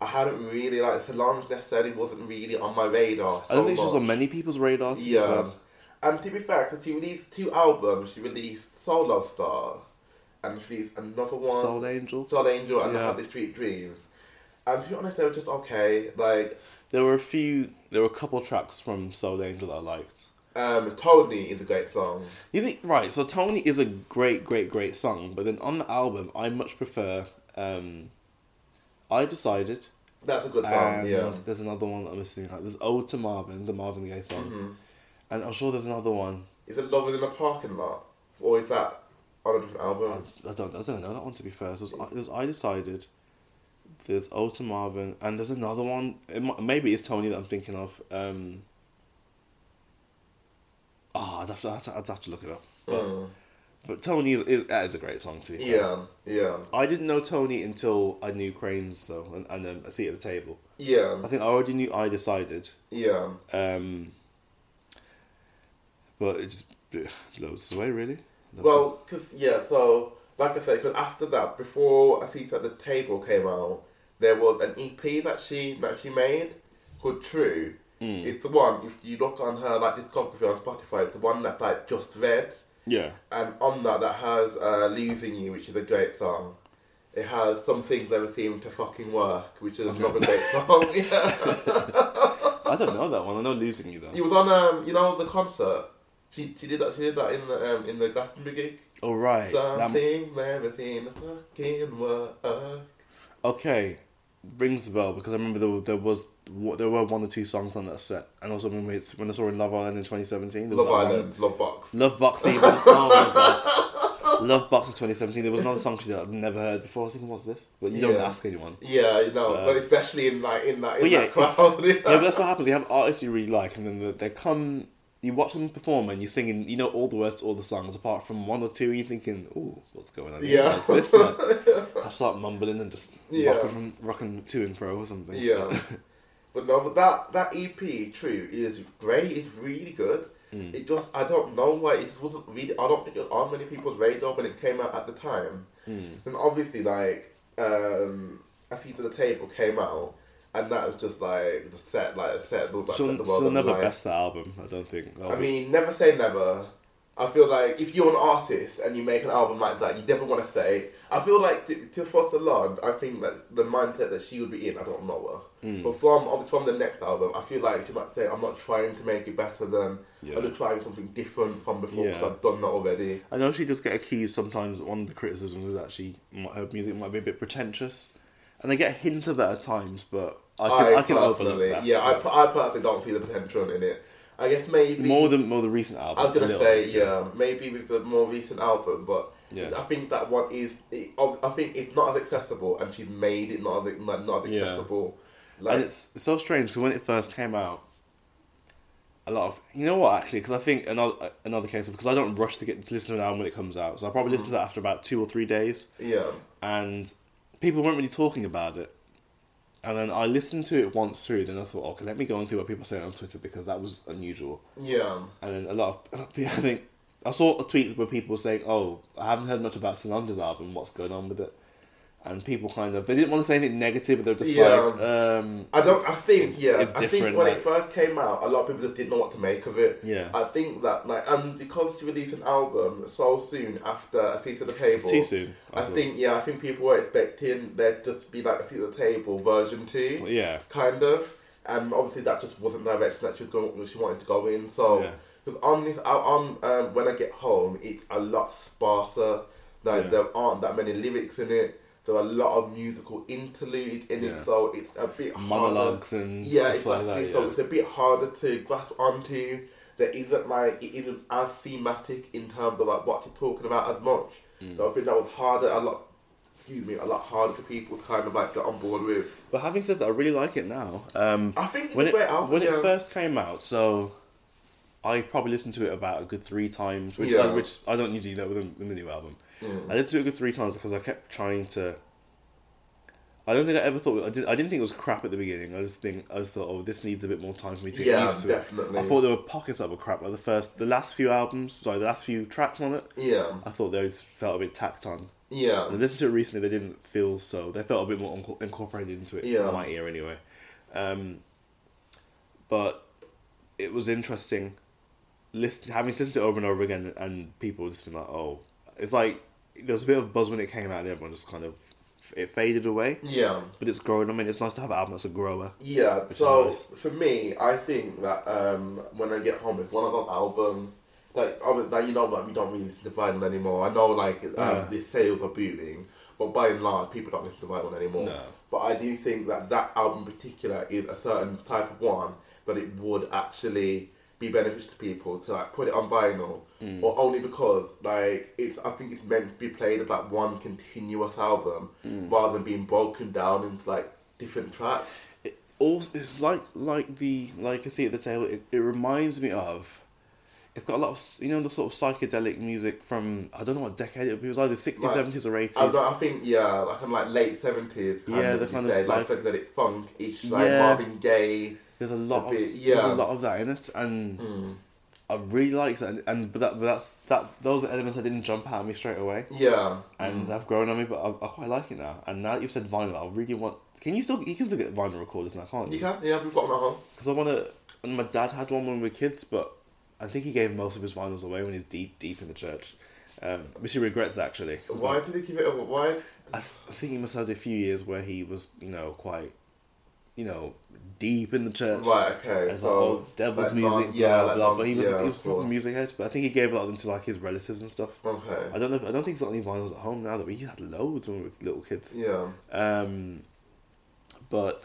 Speaker 1: I hadn't really like Solange necessarily wasn't really on my radar. So
Speaker 2: I don't think she's on
Speaker 1: much.
Speaker 2: many people's radars.
Speaker 1: Yeah, and to be fair, 'cause she released two albums. She released Solo Star, and she released another one,
Speaker 2: Soul Angel.
Speaker 1: Soul Angel, and
Speaker 2: Yeah.
Speaker 1: I Had the Street Dreams. And to be honest, they were just okay. Like
Speaker 2: There were a few. There were a couple tracks from Soul Angel that I liked.
Speaker 1: um, Tony is a great song.
Speaker 2: You think right? So Tony is a great, great, great song, but then on the album, I much prefer. um I decided,
Speaker 1: That's a good song.
Speaker 2: and
Speaker 1: yeah.
Speaker 2: there's another one that I'm listening. Like there's "Ode to Marvin," the Marvin Gaye song,
Speaker 1: Mm-hmm.
Speaker 2: and I'm sure there's another one.
Speaker 1: Is it Love in a Parking Lot? Or is that on a different album?
Speaker 2: I don't, I don't know that one to be fair. So there's, there's "I Decided," there's "Ode to Marvin," and there's another one. It, mi- maybe it's Tony that I'm thinking of. Um, ah, I'd have to, I'd have to, I'd have to look it up. But,
Speaker 1: Mm.
Speaker 2: but Tony is, is that is a great song to be fair.
Speaker 1: Yeah, yeah,
Speaker 2: I didn't know Tony until I knew Cranes though, and, and um, a seat at the table.
Speaker 1: yeah,
Speaker 2: I think I already knew I decided,
Speaker 1: yeah.
Speaker 2: um, but it just bl- blows us away really.
Speaker 1: Well, cause yeah, so like I said, 'cause after that, before A Seat at the Table came out, there was an EP that she that she made called True. It's the one if you look on her like discography on Spotify, it's the one that like just read,
Speaker 2: yeah,
Speaker 1: and on that that has uh, "Losing You," which is a great song. It has some things never seem to fucking work, which is another great song. Yeah.
Speaker 2: I don't know that one. I know losing you though.
Speaker 1: He was on um, you know, the concert. She she did that. She did that in the um, in the Glastonbury gig.
Speaker 2: All right. that-
Speaker 1: Something, everything, fucking work.
Speaker 2: okay. rings a bell because I remember there, were- there was there were one or two songs on that set, and also when we when I saw in Love Island in 2017, there was
Speaker 1: Love
Speaker 2: that one-
Speaker 1: Island, Love Box.
Speaker 2: Love Box even. oh my god. Love Box in 2017. There was another song she did that I've never heard before. I was thinking, what's this? But you don't
Speaker 1: Yeah.
Speaker 2: ask anyone.
Speaker 1: Yeah, you know,
Speaker 2: Uh,
Speaker 1: but especially in like in that in
Speaker 2: But yeah,
Speaker 1: that
Speaker 2: it's-
Speaker 1: crowd.
Speaker 2: yeah, but that's what happens. You have artists you really like, and then they- they come. You watch them perform, and you're singing. You know all the words, to all the songs, apart from one or two. And you're thinking, "Ooh, what's going on?" here?
Speaker 1: Yeah.
Speaker 2: What's this? Like, I start mumbling and just
Speaker 1: Yeah.
Speaker 2: rocking, from, rocking to and fro or something.
Speaker 1: Yeah. but no, but that that EP, True, is great. It's really good. It just I don't know why it just wasn't really. I don't think it was on many people's radar when it came out at the time. And obviously, like um, a seat to the table came out, and that was just like the set, like a set, looked like
Speaker 2: she'll,
Speaker 1: set the world.
Speaker 2: she'll
Speaker 1: on
Speaker 2: never
Speaker 1: fire.
Speaker 2: best the album. I don't think. That'll
Speaker 1: I
Speaker 2: be-
Speaker 1: mean, never say never. I feel like if you're an artist and you make an album like that, you never want to say. I feel like to, to Foster Lund, I think that the mindset that she would be in, I don't know her.
Speaker 2: Hmm.
Speaker 1: But from obviously from the next album, I feel like she might say, "I'm not trying to make it better than
Speaker 2: Yeah.
Speaker 1: I'm just trying something different from before because
Speaker 2: Yeah.
Speaker 1: I've done that already."
Speaker 2: I know she does get accused sometimes. One of the criticisms is that she might, her music might be a bit pretentious, and I get a hint of that at times. But I can, I, can overlook
Speaker 1: personally,
Speaker 2: that.
Speaker 1: yeah, I,
Speaker 2: so.
Speaker 1: per- I personally don't see the potential in it. I guess maybe
Speaker 2: more than more the recent album.
Speaker 1: I was
Speaker 2: a
Speaker 1: gonna
Speaker 2: little
Speaker 1: say
Speaker 2: bit,
Speaker 1: yeah, maybe with the more recent album, but
Speaker 2: Yeah.
Speaker 1: I think that one is. It, ob- I think it's not as accessible, and she's made it not as not, not as
Speaker 2: Yeah.
Speaker 1: accessible.
Speaker 2: and it's it's so strange because when it first came out, a lot of you know what actually because I think another another case of because I don't rush to get to listen to an album when it comes out, so I probably listened to that after about two or three days,
Speaker 1: yeah,
Speaker 2: and people weren't really talking about it. And then I listened to it once through, then I thought, okay, let me go and see what people say on Twitter because that was unusual.
Speaker 1: yeah,
Speaker 2: And then a lot of I think I saw tweets where people were saying, "Oh, I haven't heard much about Solange's album. What's going on with it?" And people kind of they didn't want to say anything negative, but they were just
Speaker 1: Yeah.
Speaker 2: like, um,
Speaker 1: I don't. I
Speaker 2: it's-
Speaker 1: think
Speaker 2: it's-
Speaker 1: yeah.
Speaker 2: it's
Speaker 1: I think
Speaker 2: different,
Speaker 1: when it
Speaker 2: like-
Speaker 1: first came out, a lot of people just didn't know what to make of it.
Speaker 2: Yeah.
Speaker 1: I think that like, and because she released an album so soon after A Seat at the Table,
Speaker 2: It's too soon.
Speaker 1: I,
Speaker 2: thought.
Speaker 1: think yeah, I think people were expecting there just to be like A Seat at the Table version two.
Speaker 2: But yeah,
Speaker 1: kind of. And obviously, that just wasn't the direction that she was going. She wanted to go in. So,
Speaker 2: Yeah.
Speaker 1: because on this, I- on um, when I get home, it's a lot sparser. Like
Speaker 2: Yeah.
Speaker 1: there aren't that many lyrics in it. There are a lot of musical interludes in
Speaker 2: Yeah.
Speaker 1: it, so it's a bit harder.
Speaker 2: monologues and
Speaker 1: Yeah,
Speaker 2: stuff like
Speaker 1: exactly.
Speaker 2: that.
Speaker 1: So
Speaker 2: yeah.
Speaker 1: it's a bit harder to grasp onto. There isn't like it isn't as thematic in terms of like what you're talking about as much.
Speaker 2: Mm.
Speaker 1: So I think that was harder a lot. Excuse me, a lot harder for people to kind of like get on board with.
Speaker 2: But having said that, I really like it now. Um,
Speaker 1: I think it's
Speaker 2: when
Speaker 1: a
Speaker 2: it
Speaker 1: great album.
Speaker 2: when
Speaker 1: yeah.
Speaker 2: it first came out, so I probably listened to it about a good three times, which I,
Speaker 1: Yeah.
Speaker 2: which I don't usually do that with, a, with the new album.
Speaker 1: Mm.
Speaker 2: I listened to it a good three times because I kept trying to. I don't think I ever thought I didn't. I didn't think it was crap at the beginning. I just think I just thought, oh, this needs a bit more time for me to get
Speaker 1: Yeah,
Speaker 2: used to
Speaker 1: definitely.
Speaker 2: it. I thought there were pockets that were crap. Like the first, the last few albums, sorry, the last few tracks on it,
Speaker 1: Yeah,
Speaker 2: I thought they felt a bit tacked on. I
Speaker 1: yeah,
Speaker 2: listened to it recently. They didn't feel so. They felt a bit more inco- incorporated into it.
Speaker 1: Yeah.
Speaker 2: in my ear anyway. Um, but it was interesting. Listen, having listened to it over and over again, and people just been like, "Oh, it's like there was a bit of buzz when it came out, and everyone just kind of it faded away."
Speaker 1: yeah,
Speaker 2: But it's growing. I mean, it's nice to have an album that's a grower.
Speaker 1: yeah.
Speaker 2: Which is
Speaker 1: So
Speaker 2: nice.
Speaker 1: for me, I think that um, when I get home, it's one of those albums. Like, I was- like you know, like we don't really listen to vinyl anymore. I know, like um,
Speaker 2: Yeah.
Speaker 1: the sales are booming, but by and large, people don't listen to vinyl anymore.
Speaker 2: No.
Speaker 1: But I do think that that album in particular is a certain type of one that it would actually be beneficial to people to like put it on vinyl,
Speaker 2: Mm.
Speaker 1: or only because like it's I think it's meant to be played as like one continuous album
Speaker 2: Mm.
Speaker 1: rather than being broken down into like different tracks.
Speaker 2: It also it's like like the like I see at the table. It, it reminds me of. It's got a lot of s- you know the sort of psychedelic music from I don't know what decade it was either sixties
Speaker 1: Right.
Speaker 2: seventies or eighties.
Speaker 1: I, don't- I think yeah, like I'm like late seventies.
Speaker 2: Yeah,
Speaker 1: of,
Speaker 2: the
Speaker 1: you
Speaker 2: kind of
Speaker 1: say, like
Speaker 2: psych-
Speaker 1: psychedelic funk ish, like
Speaker 2: Yeah.
Speaker 1: Marvin Gaye.
Speaker 2: There's a lot
Speaker 1: A
Speaker 2: of
Speaker 1: bit,
Speaker 2: there's a
Speaker 1: yeah.
Speaker 2: lot of that in it, and
Speaker 1: Mm.
Speaker 2: I really like that. And, and but, that, but that's that those are elements that didn't jump out at me straight away,
Speaker 1: Yeah,
Speaker 2: and they've grown on me. But I, I quite like it now. And now that you've said vinyl, I really want. Can you still you can still get vinyl recorders now, can't
Speaker 1: you
Speaker 2: you?
Speaker 1: can yeah we've got them at home.
Speaker 2: Because I want to. And my dad had one when we were kids, but I think he gave most of his vinyls away when he's deep deep in the church, um, which he regrets actually.
Speaker 1: Why did they give it away? Why?
Speaker 2: I, th- I think he must have had a few years where he was you know quite, you know, deep in the church.
Speaker 1: Right, okay.
Speaker 2: As
Speaker 1: so
Speaker 2: like, oh, devil's
Speaker 1: like
Speaker 2: music,
Speaker 1: non-
Speaker 2: yeah, blah, blah,
Speaker 1: like
Speaker 2: blah.
Speaker 1: non-
Speaker 2: But he was
Speaker 1: yeah,
Speaker 2: he was
Speaker 1: of
Speaker 2: a proper
Speaker 1: course.
Speaker 2: music head. But I think he gave a lot of them to like his relatives and stuff.
Speaker 1: Okay.
Speaker 2: I don't know. If, I don't think he's got any vinyls at home now. That we had loads when we were little kids.
Speaker 1: Yeah.
Speaker 2: Um, but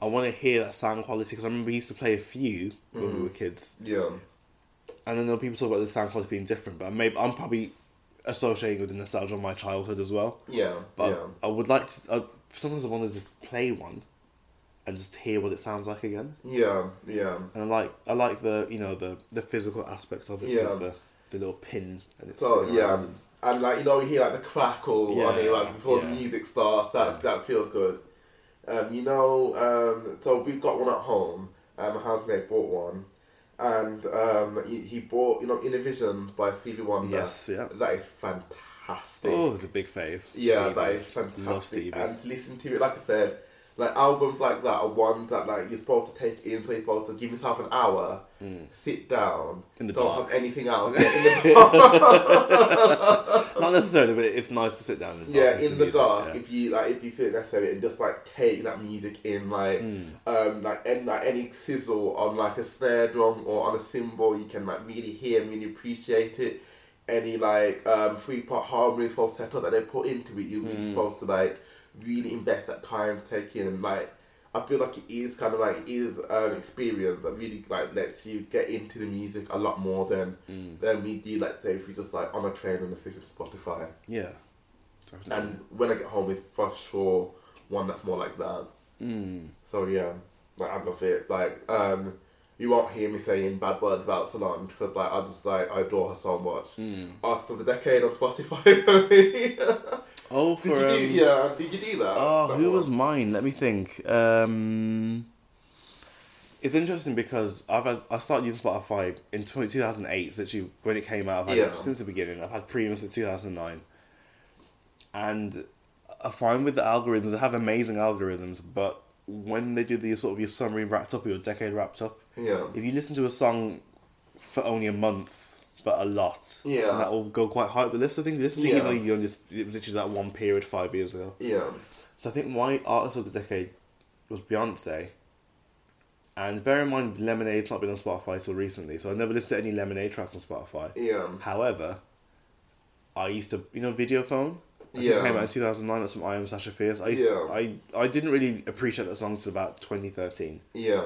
Speaker 2: I want to hear that sound quality because I remember he used to play a few when we were
Speaker 1: Mm.
Speaker 2: kids,
Speaker 1: Yeah.
Speaker 2: and then there were people talk about the sound quality being different. But maybe I'm probably associating with the nostalgia of my childhood as well.
Speaker 1: Yeah.
Speaker 2: But
Speaker 1: yeah.
Speaker 2: I would like to. I, sometimes I want to just play one, and just hear what it sounds like again.
Speaker 1: Yeah. Yeah.
Speaker 2: And I like I like the you know the the physical aspect of it.
Speaker 1: Yeah.
Speaker 2: with The, the little pin. And it's
Speaker 1: So
Speaker 2: spinning
Speaker 1: yeah,
Speaker 2: around.
Speaker 1: and like you know, you hear like the crackle
Speaker 2: Yeah,
Speaker 1: on it, like before the
Speaker 2: yeah.
Speaker 1: music starts. That that feels good. Um, you know, um, so we've got one at home. Um, my housemate bought one, and um, he, he bought you know Inner Visions by Stevie Wonder.
Speaker 2: Yes, yeah.
Speaker 1: that is fantastic.
Speaker 2: Oh, it's a big fave.
Speaker 1: Yeah, that
Speaker 2: Stevie's.
Speaker 1: is
Speaker 2: Love
Speaker 1: fantastic.
Speaker 2: Stevie.
Speaker 1: And to listen to it, like I said, like albums like that are ones that like you're supposed to take in, so you're supposed to give yourself an hour, sit down,
Speaker 2: Hmm. In the
Speaker 1: don't
Speaker 2: dark.
Speaker 1: have anything else. Yeah, in the dark.
Speaker 2: Not necessarily, but it's nice to sit down. And
Speaker 1: yeah,
Speaker 2: dance to
Speaker 1: in the
Speaker 2: music,
Speaker 1: dark.
Speaker 2: yeah.
Speaker 1: If you like, if you feel it necessary, and just like take that music in, like, um, like and like any sizzle on like a snare drum or on a cymbal, you can like really hear, and really appreciate it. Any like um, three part harmony falsetto that they put into it, you're really supposed to like really invest that time to take in and like. I feel like it is kind of like it is an experience that really like lets you get into the music a lot more than than we do. Let's say if we just like on a train and listen to Spotify.
Speaker 2: Yeah. Definitely.
Speaker 1: And when I get home, it's for sure one that's more like that.
Speaker 2: Mm.
Speaker 1: So yeah, like I love it. Like um, you won't hear me saying bad words about Solange because like I just like I adore her so much.
Speaker 2: Hmm.
Speaker 1: Artist of the decade on Spotify. did
Speaker 2: Oh, for
Speaker 1: you do?
Speaker 2: um,
Speaker 1: yeah, did you do that?
Speaker 2: Oh,
Speaker 1: That
Speaker 2: who
Speaker 1: one?
Speaker 2: was mine? Let me think. Um, it's interesting because I've had, I started using Spotify in 20, 2008, so actually when it came out. I've had it
Speaker 1: Yeah.
Speaker 2: since the beginning, I've had premium since 2009, and I find with the algorithms, they have amazing algorithms, but when they do the sort of your summary wrapped up or your decade wrapped up,
Speaker 1: Yeah.
Speaker 2: if you listen to a song for only a month. But a lot,
Speaker 1: Yeah.
Speaker 2: that will go quite high up the list of things you listen to.
Speaker 1: Yeah.
Speaker 2: Even though you're just, it was literally that one period five years ago.
Speaker 1: Yeah.
Speaker 2: So I think my artist of the decade was Beyonce. And bear in mind, Lemonade's not been on Spotify till recently, so I never listened to any Lemonade tracks on Spotify.
Speaker 1: Yeah.
Speaker 2: However, I used to, you know, Videophone. I think it
Speaker 1: Yeah.
Speaker 2: came out in 2009. That's from I Am Sasha Fierce. I used
Speaker 1: Yeah.
Speaker 2: to, I I didn't really appreciate that song until about 2013.
Speaker 1: Yeah.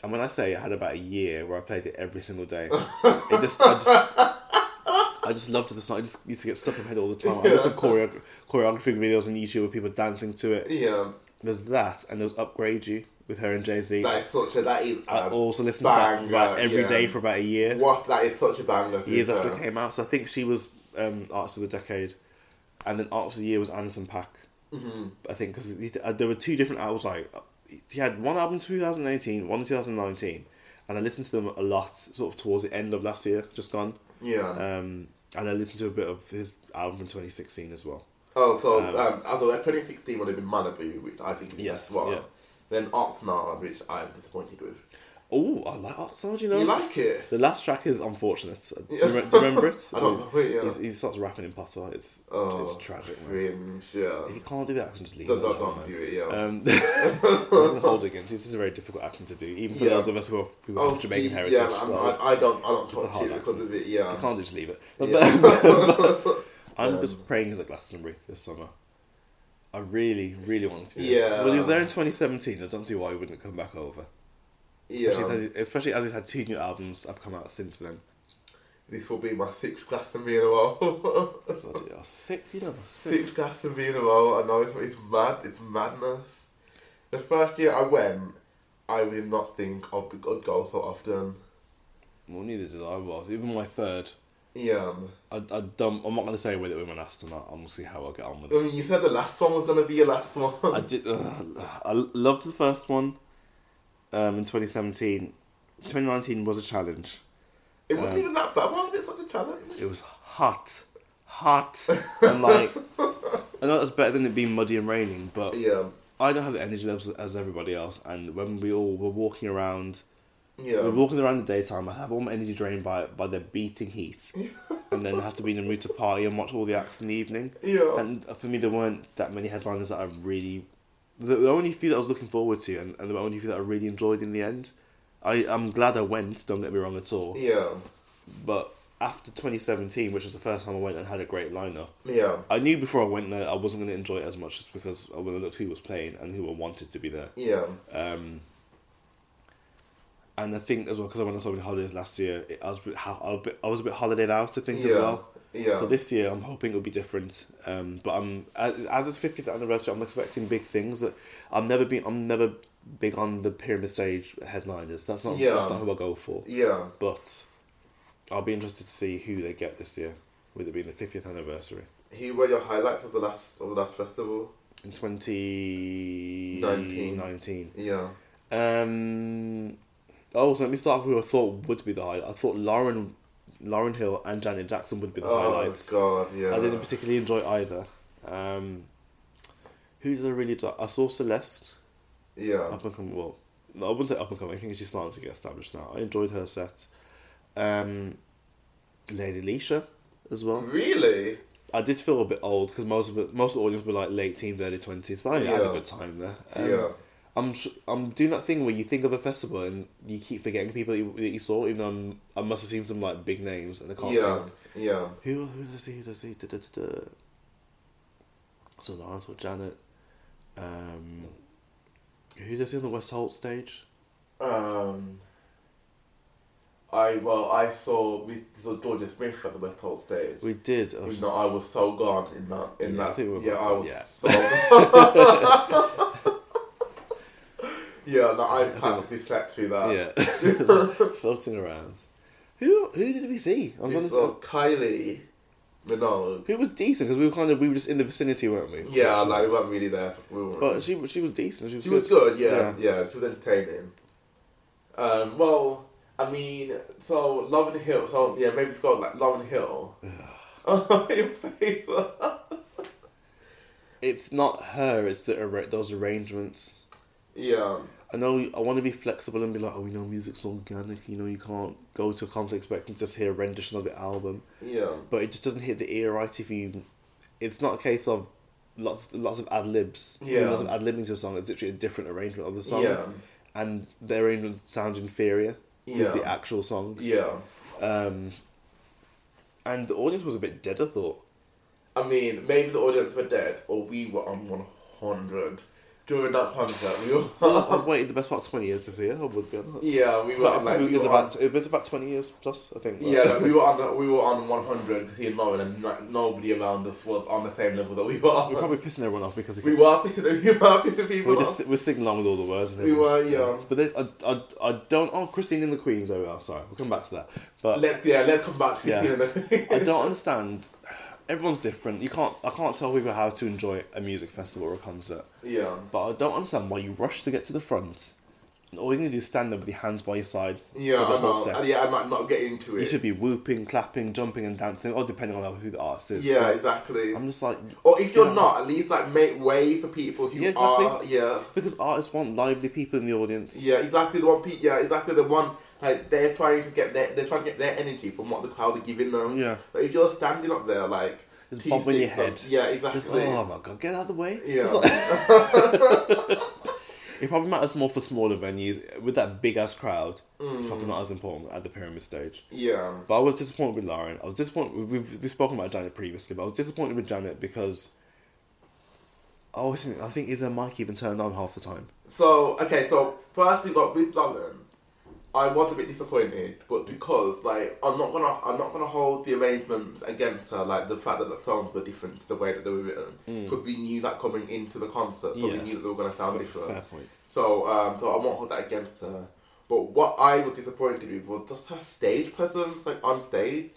Speaker 2: And when I say I had about a year where I played it every single day, it just I just I just loved the song. I just used to get stuck in my head all the time. I looked at choreo- choreography videos on YouTube of people dancing to it.
Speaker 1: Yeah.
Speaker 2: There's that, and there's Upgrade You with her and Jay Z.
Speaker 1: That is such a that is
Speaker 2: I
Speaker 1: a
Speaker 2: also listened to that
Speaker 1: banger,
Speaker 2: about every day
Speaker 1: yeah.
Speaker 2: for about a year,
Speaker 1: what that is such a banger. to be
Speaker 2: years after
Speaker 1: fair.
Speaker 2: it came out. So I think she was um, Artist of the Decade, and then Artist of the Year was Anderson Pack.
Speaker 1: Mhm.
Speaker 2: I think because uh, there were two different albums. Like he had one album in 2018, one in 2019, and I listened to them a lot, sort of towards the end of last year, just gone.
Speaker 1: Yeah.
Speaker 2: Um, and I listened to a bit of his album from 2016 as well.
Speaker 1: Oh, so
Speaker 2: Um,
Speaker 1: um, although 2016 would have been Malibu, which I think is
Speaker 2: Yes,
Speaker 1: the best one.
Speaker 2: yeah.
Speaker 1: Then Oxnard, which I'm disappointed with.
Speaker 2: Oh, I like Artist. of the- You know,
Speaker 1: You like it?
Speaker 2: The last track is unfortunate. Do you,
Speaker 1: Yeah.
Speaker 2: re- do you remember it?
Speaker 1: I don't know it, yeah.
Speaker 2: He's, he starts rapping in Patois. It's
Speaker 1: Oh,
Speaker 2: it's tragic. Man.
Speaker 1: Cringe, yeah.
Speaker 2: If you can't do the accent, just leave
Speaker 1: Don't,
Speaker 2: it.
Speaker 1: don't,
Speaker 2: alone,
Speaker 1: don't
Speaker 2: man.
Speaker 1: do it, yeah.
Speaker 2: Um, it doesn't hold against. It's just a very difficult accent to do, even for
Speaker 1: Yeah.
Speaker 2: those of us who have, who have Jamaican
Speaker 1: Oh, yeah,
Speaker 2: heritage.
Speaker 1: I'm-
Speaker 2: well, it's-
Speaker 1: I, I don't, I don't
Speaker 2: it's a
Speaker 1: touch
Speaker 2: hard
Speaker 1: it because
Speaker 2: accent.
Speaker 1: of it. Yeah.
Speaker 2: you can't just leave it. But-
Speaker 1: Yeah.
Speaker 2: but- I'm
Speaker 1: Um,
Speaker 2: just praying he's at Glastonbury this summer. I really, really want him to be.
Speaker 1: Yeah.
Speaker 2: There. Well, he was there in 2017. I don't see why he wouldn't come back over.
Speaker 1: yeah.
Speaker 2: Especially, as, especially as he's had two new albums that have come out since then.
Speaker 1: This will be my sixth Glastonbury in a row.
Speaker 2: Bloody hell, sick, you know, sick.
Speaker 1: sixth Glastonbury in a row. I know it's, it's mad. It's madness. The first year I went, I did not think I'd, I'd go so often.
Speaker 2: Well, neither did I. Was even my third.
Speaker 1: Yeah.
Speaker 2: I, I dumb, I'm not going to say whether it went last or not. I'm going to see how I get on with
Speaker 1: I
Speaker 2: it.
Speaker 1: mean, you said the last one was gonna be your last one.
Speaker 2: I did. Uh, I loved the first one. Um, in 2017, 2019 was a challenge.
Speaker 1: It wasn't
Speaker 2: Um,
Speaker 1: even that bad. Why was it such a challenge?
Speaker 2: It was hot, hot, and like I know that's better than it being muddy and raining, but
Speaker 1: Yeah,
Speaker 2: I don't have the energy levels as everybody else. And when we all were walking around,
Speaker 1: yeah.
Speaker 2: we're walking around in the daytime. I have all my energy drained by by the beating heat, and then have to be in the mood to party and watch all the acts in the evening.
Speaker 1: Yeah.
Speaker 2: And for me, there weren't that many headliners that I really. The, the only few that I was looking forward to, and, and the only few that I really enjoyed in the end. I, I'm glad I went, don't get me wrong at all.
Speaker 1: yeah.
Speaker 2: But after 2017, which was the first time I went and had a great lineup,
Speaker 1: Yeah.
Speaker 2: I knew before I went there I wasn't going to enjoy it as much just because I would have looked who was playing and who I wanted to be there.
Speaker 1: Yeah.
Speaker 2: Um, and I think as well because I went on so many holidays last year, it, I was a bit, ho- I was a bit- I was a bit holidayed out. I think as
Speaker 1: Yeah.
Speaker 2: well.
Speaker 1: Yeah.
Speaker 2: So this year, I'm hoping it'll be different. Um, but I'm as, as it's 50th anniversary, I'm expecting big things. That I'm never been. I'm never big on the pyramid stage headliners. That's not.
Speaker 1: Yeah.
Speaker 2: That's not who I go for.
Speaker 1: yeah.
Speaker 2: But I'll be interested to see who they get this year, with it being the 50th anniversary
Speaker 1: Who were your highlights of the last of the last festival?
Speaker 2: in 2019.
Speaker 1: Yeah.
Speaker 2: Um, oh, so let me start off with who I thought would be the highlight. I thought Lauren, Lauren Hill and Janet Jackson would be the
Speaker 1: oh
Speaker 2: highlights.
Speaker 1: God. Yeah.
Speaker 2: I didn't particularly enjoy either. Um, who did I really like? I saw Celeste
Speaker 1: Yeah.
Speaker 2: up and coming. Well, no, I wouldn't say up and coming. I think she's starting to get established now. I enjoyed her set. Um, Lady Leisha as well.
Speaker 1: Really?
Speaker 2: I did feel a bit old because most of the, most of the audience were like late teens, early twenties, but I had a
Speaker 1: Yeah.
Speaker 2: good time there. Um,
Speaker 1: yeah.
Speaker 2: I'm s- I'm doing that thing where you think of a festival and you keep forgetting people that you, that you saw, even though I'm, I must have seen some like big names and I can't.
Speaker 1: Yeah.
Speaker 2: think.
Speaker 1: Yeah.
Speaker 2: Who who does he who does he? Da, da, da, da. So Lawrence or Janet. Um, who does he on the West Holt stage?
Speaker 3: Um, I well, I saw we saw Georgia Smith at the West Hall stage.
Speaker 2: We did. I was-
Speaker 3: No, I was so gone in that. In
Speaker 2: Yeah, I
Speaker 3: that,
Speaker 2: think we were
Speaker 3: yeah,
Speaker 2: both
Speaker 3: I
Speaker 2: gone,
Speaker 3: was
Speaker 2: yeah.
Speaker 3: so.
Speaker 1: Yeah. No, I
Speaker 2: think
Speaker 1: practically slept through that.
Speaker 2: yeah, floating around. Who who did we see? I'm
Speaker 1: We
Speaker 2: gonna-
Speaker 1: saw Kylie Minogue.
Speaker 2: Who was decent because we were kind of we were just in the vicinity, weren't we?
Speaker 1: Yeah,
Speaker 2: So-
Speaker 1: like we weren't really there. We weren't.
Speaker 2: But she she was decent. She was
Speaker 1: She
Speaker 2: good.
Speaker 1: was good, yeah, yeah. She was entertaining.
Speaker 3: Um, well, I mean, so Love and Hill. So yeah, maybe it's called like Love and Hill. Your face.
Speaker 2: It's not her. It's the, arra- those arrangements.
Speaker 1: Yeah,
Speaker 2: I know I want to be flexible and be like, oh, you know, music's organic. You know, you can't go to a concert expecting to just hear a rendition of the album,
Speaker 1: yeah,
Speaker 2: but it just doesn't hit the ear right if you. It's not a case of lots lots of ad libs.
Speaker 3: Yeah.
Speaker 2: lots of ad libbing to a song. It's literally a different arrangement of the song,
Speaker 1: yeah,
Speaker 2: and the arrangement sounds inferior
Speaker 1: Yeah.
Speaker 2: to the actual song.
Speaker 1: yeah.
Speaker 2: Um, and the audience was a bit dead. I thought.
Speaker 3: I mean, maybe the audience were dead, or we were on one hundred during that concert. We were.
Speaker 2: I've waited the best part of twenty years to see her. I would be. honest.
Speaker 3: yeah, we were
Speaker 2: But
Speaker 3: on, like
Speaker 2: it
Speaker 3: we
Speaker 2: was
Speaker 3: were
Speaker 2: about it was about twenty years plus, I think.
Speaker 3: on, yeah, like, we were on we were on one hundred. He and Lauren, and like, nobody around us was on the same level that we were.
Speaker 2: we're probably pissing everyone off because
Speaker 3: We were pissing we were pissing people
Speaker 2: we
Speaker 3: off.
Speaker 2: just we're singing along with all the words. And
Speaker 1: We were,
Speaker 2: everything's-
Speaker 1: yeah.
Speaker 2: But then, I, I, I don't. Oh, Christine and the Queens. Oh, well, sorry. We'll come back to that. But
Speaker 3: Let's yeah, let's come back to
Speaker 2: Yeah.
Speaker 3: it.
Speaker 2: I don't understand. Everyone's different. You can't. I can't tell people how to enjoy a music festival or a concert.
Speaker 3: yeah.
Speaker 2: But I don't understand why you rush to get to the front. And all you need to do is stand there with your hands by your side.
Speaker 1: Yeah,
Speaker 2: for the
Speaker 1: I
Speaker 2: whole
Speaker 1: know.
Speaker 2: set.
Speaker 1: And yeah, I might not get into
Speaker 2: You
Speaker 1: it.
Speaker 2: should be whooping, clapping, jumping, and dancing, or depending on who the artist is.
Speaker 1: yeah, exactly.
Speaker 2: I'm just like,
Speaker 1: Or if you're
Speaker 2: Yeah.
Speaker 1: not, at least like make way for people who
Speaker 2: Yeah, exactly.
Speaker 1: are. Yeah,
Speaker 2: because artists want lively people in the audience.
Speaker 1: yeah, exactly the one. Pe- yeah, exactly the one. Like they're trying to get their they're trying to get their energy from what the crowd are giving them.
Speaker 2: Yeah.
Speaker 1: But if you're standing up there like
Speaker 2: Just
Speaker 1: two
Speaker 2: bobbing your
Speaker 1: sticks up-
Speaker 2: head.
Speaker 1: Yeah,
Speaker 2: Just,
Speaker 1: exactly.
Speaker 2: oh my god, get out of the way.
Speaker 1: Yeah.
Speaker 2: It's it probably matters more for smaller venues. With that big ass crowd,
Speaker 1: Mm.
Speaker 2: it's probably not as important at the pyramid stage.
Speaker 1: yeah,
Speaker 2: But I was disappointed with Lauren. I was disappointed. we- We've, we've spoken about Janet previously, but I was disappointed with Janet because I always think, I think is her mic even turned on half the time?
Speaker 1: So okay, so firstly, but with Lauren, I was a bit disappointed, but because like I'm not gonna I'm not gonna hold the arrangements against her, like the fact that the songs were different to the way that they were written, because we knew that coming into the concert, so we knew
Speaker 2: Mm. Yes.
Speaker 1: that they were gonna sound different.
Speaker 2: Fair point.
Speaker 1: So um, so I won't hold that against her. But what I was disappointed with was just her stage presence, like on stage,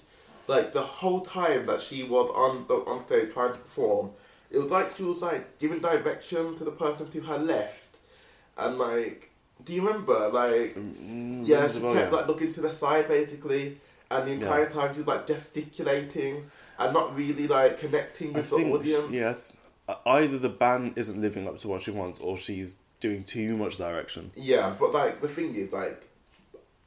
Speaker 1: like the whole time that she was on the, on stage trying to perform, it was like she was like giving direction to the person to her left, and like, do you remember like?
Speaker 2: Mm,
Speaker 1: Yeah,
Speaker 2: rings
Speaker 1: she
Speaker 2: a bell,
Speaker 1: kept
Speaker 2: yeah.
Speaker 1: like looking to the side basically, and the entire time she was like gesticulating and not really like connecting
Speaker 2: I
Speaker 1: with the um,
Speaker 2: think
Speaker 1: audience.
Speaker 2: yeah, e, either the band isn't living up to what she wants, or she's doing too much direction.
Speaker 1: Yeah, but like the thing is, like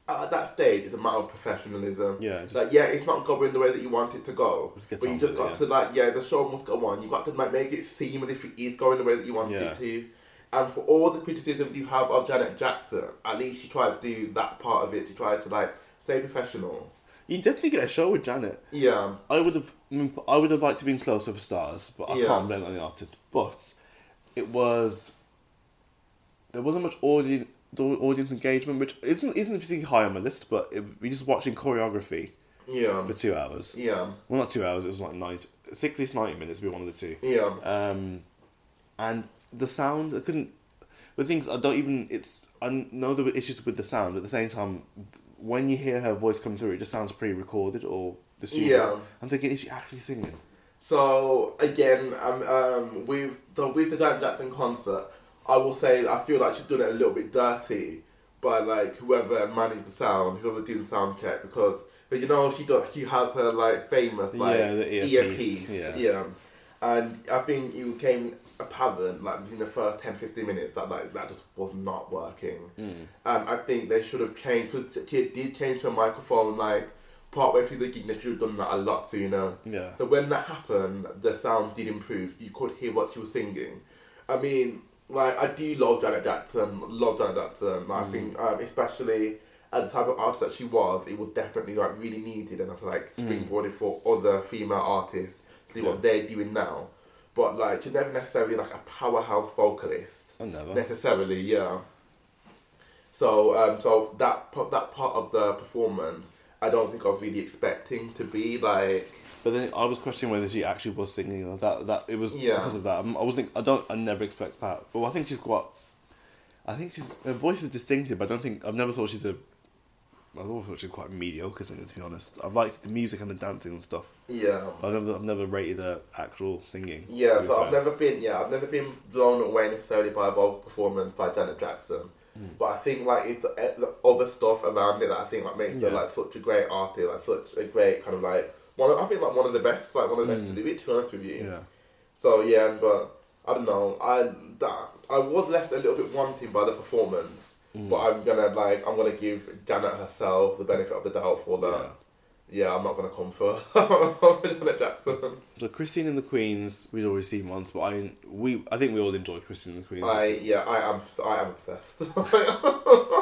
Speaker 1: at that stage, it's a matter of professionalism.
Speaker 2: Yeah, just-
Speaker 1: like yeah, it's not going the way that you want it to go.
Speaker 2: Just get
Speaker 1: But you
Speaker 2: on
Speaker 1: just
Speaker 2: with it,
Speaker 1: got to like yeah, the show must go on. You got to like make it seem as if it is going the way that you want
Speaker 2: Yeah.
Speaker 1: it to. And for all the criticisms you have of Janet Jackson, at least she tried to do that part of it. She tried to like stay professional.
Speaker 2: You definitely get a show with Janet.
Speaker 1: Yeah.
Speaker 2: I would have, I mean, I would have liked to have been closer for stars, but I
Speaker 1: Yeah.
Speaker 2: can't blame it on the artist. But it was there wasn't much audience audience engagement, which isn't isn't particularly high on my list. But it, we're just watching choreography
Speaker 1: Yeah.
Speaker 2: for two hours.
Speaker 1: Yeah.
Speaker 2: Well, not two hours. It was like 90, 60 to ninety minutes. We wanted the two.
Speaker 1: Yeah.
Speaker 2: Um, and the sound, I couldn't. The things I don't even. It's I know there were issues with the sound, but at the same time, when you hear her voice come through, it just sounds pre-recorded or the studio.
Speaker 1: Yeah.
Speaker 2: I'm thinking, is she actually singing?
Speaker 1: So again, um, um, with the with the Janet Jackson concert, I will say I feel like she's doing it a little bit dirty by like whoever managed the sound, whoever did the sound check, because but you know she got she has her like famous like
Speaker 2: Yeah, the earpiece, yeah.
Speaker 1: and I think it became apparent like within the first 10, 15 minutes that like that just was not working.
Speaker 2: Mm.
Speaker 1: Um, I think they should have changed because she did change her microphone like partway through the gig. They should have done that a lot sooner.
Speaker 2: Yeah.
Speaker 1: So when that happened, the sound did improve. You could hear what she was singing. I mean, like I do love Janet Jackson. Love Janet Jackson. I think, um, especially as the type of artist that she was, it was definitely like really needed and I feel like springboarded for other female artists to do
Speaker 2: Yeah.
Speaker 1: what they're doing now. But like, she's never necessarily like a powerhouse vocalist
Speaker 2: I never.
Speaker 1: necessarily, yeah. So, um, so that p- that part of the performance, I don't think I was really expecting to be like,
Speaker 2: But then I was questioning whether she actually was singing. Or that that it was
Speaker 1: Yeah.
Speaker 2: because of that. I'm- I wasn't. I don't. I never expect that. But I think she's quite. I think she's her voice is distinctive. but I don't think I've never thought she's a. I've always thought she's quite mediocre singer. To be honest, I've liked the music and the dancing and stuff.
Speaker 1: yeah,
Speaker 2: I've never, I've never rated her actual singing. to
Speaker 1: yeah.
Speaker 2: be
Speaker 1: So I've
Speaker 2: fair.
Speaker 1: never been, yeah, I've never been blown away necessarily by a vocal performance by Janet Jackson.
Speaker 2: Hmm.
Speaker 1: But I think like it's the, the other stuff around it that I think like makes her
Speaker 2: Yeah.
Speaker 1: like such a great artist, like such a great kind of like one. Of, I think like one of the best, like one of the best to do it. To be honest with you,
Speaker 2: Hmm. Yeah.
Speaker 1: So yeah, but I don't know. I that I was left a little bit wanting by the performance,
Speaker 2: Hmm.
Speaker 1: but I'm gonna like I'm gonna give Janet herself the benefit of the doubt for that. Yeah, I'm not gonna come for Janet Jackson.
Speaker 2: So Christine and the Queens, we'd already seen once, but I we I think we all enjoyed Christine and the Queens.
Speaker 1: I yeah, I am I am obsessed.
Speaker 2: Uh,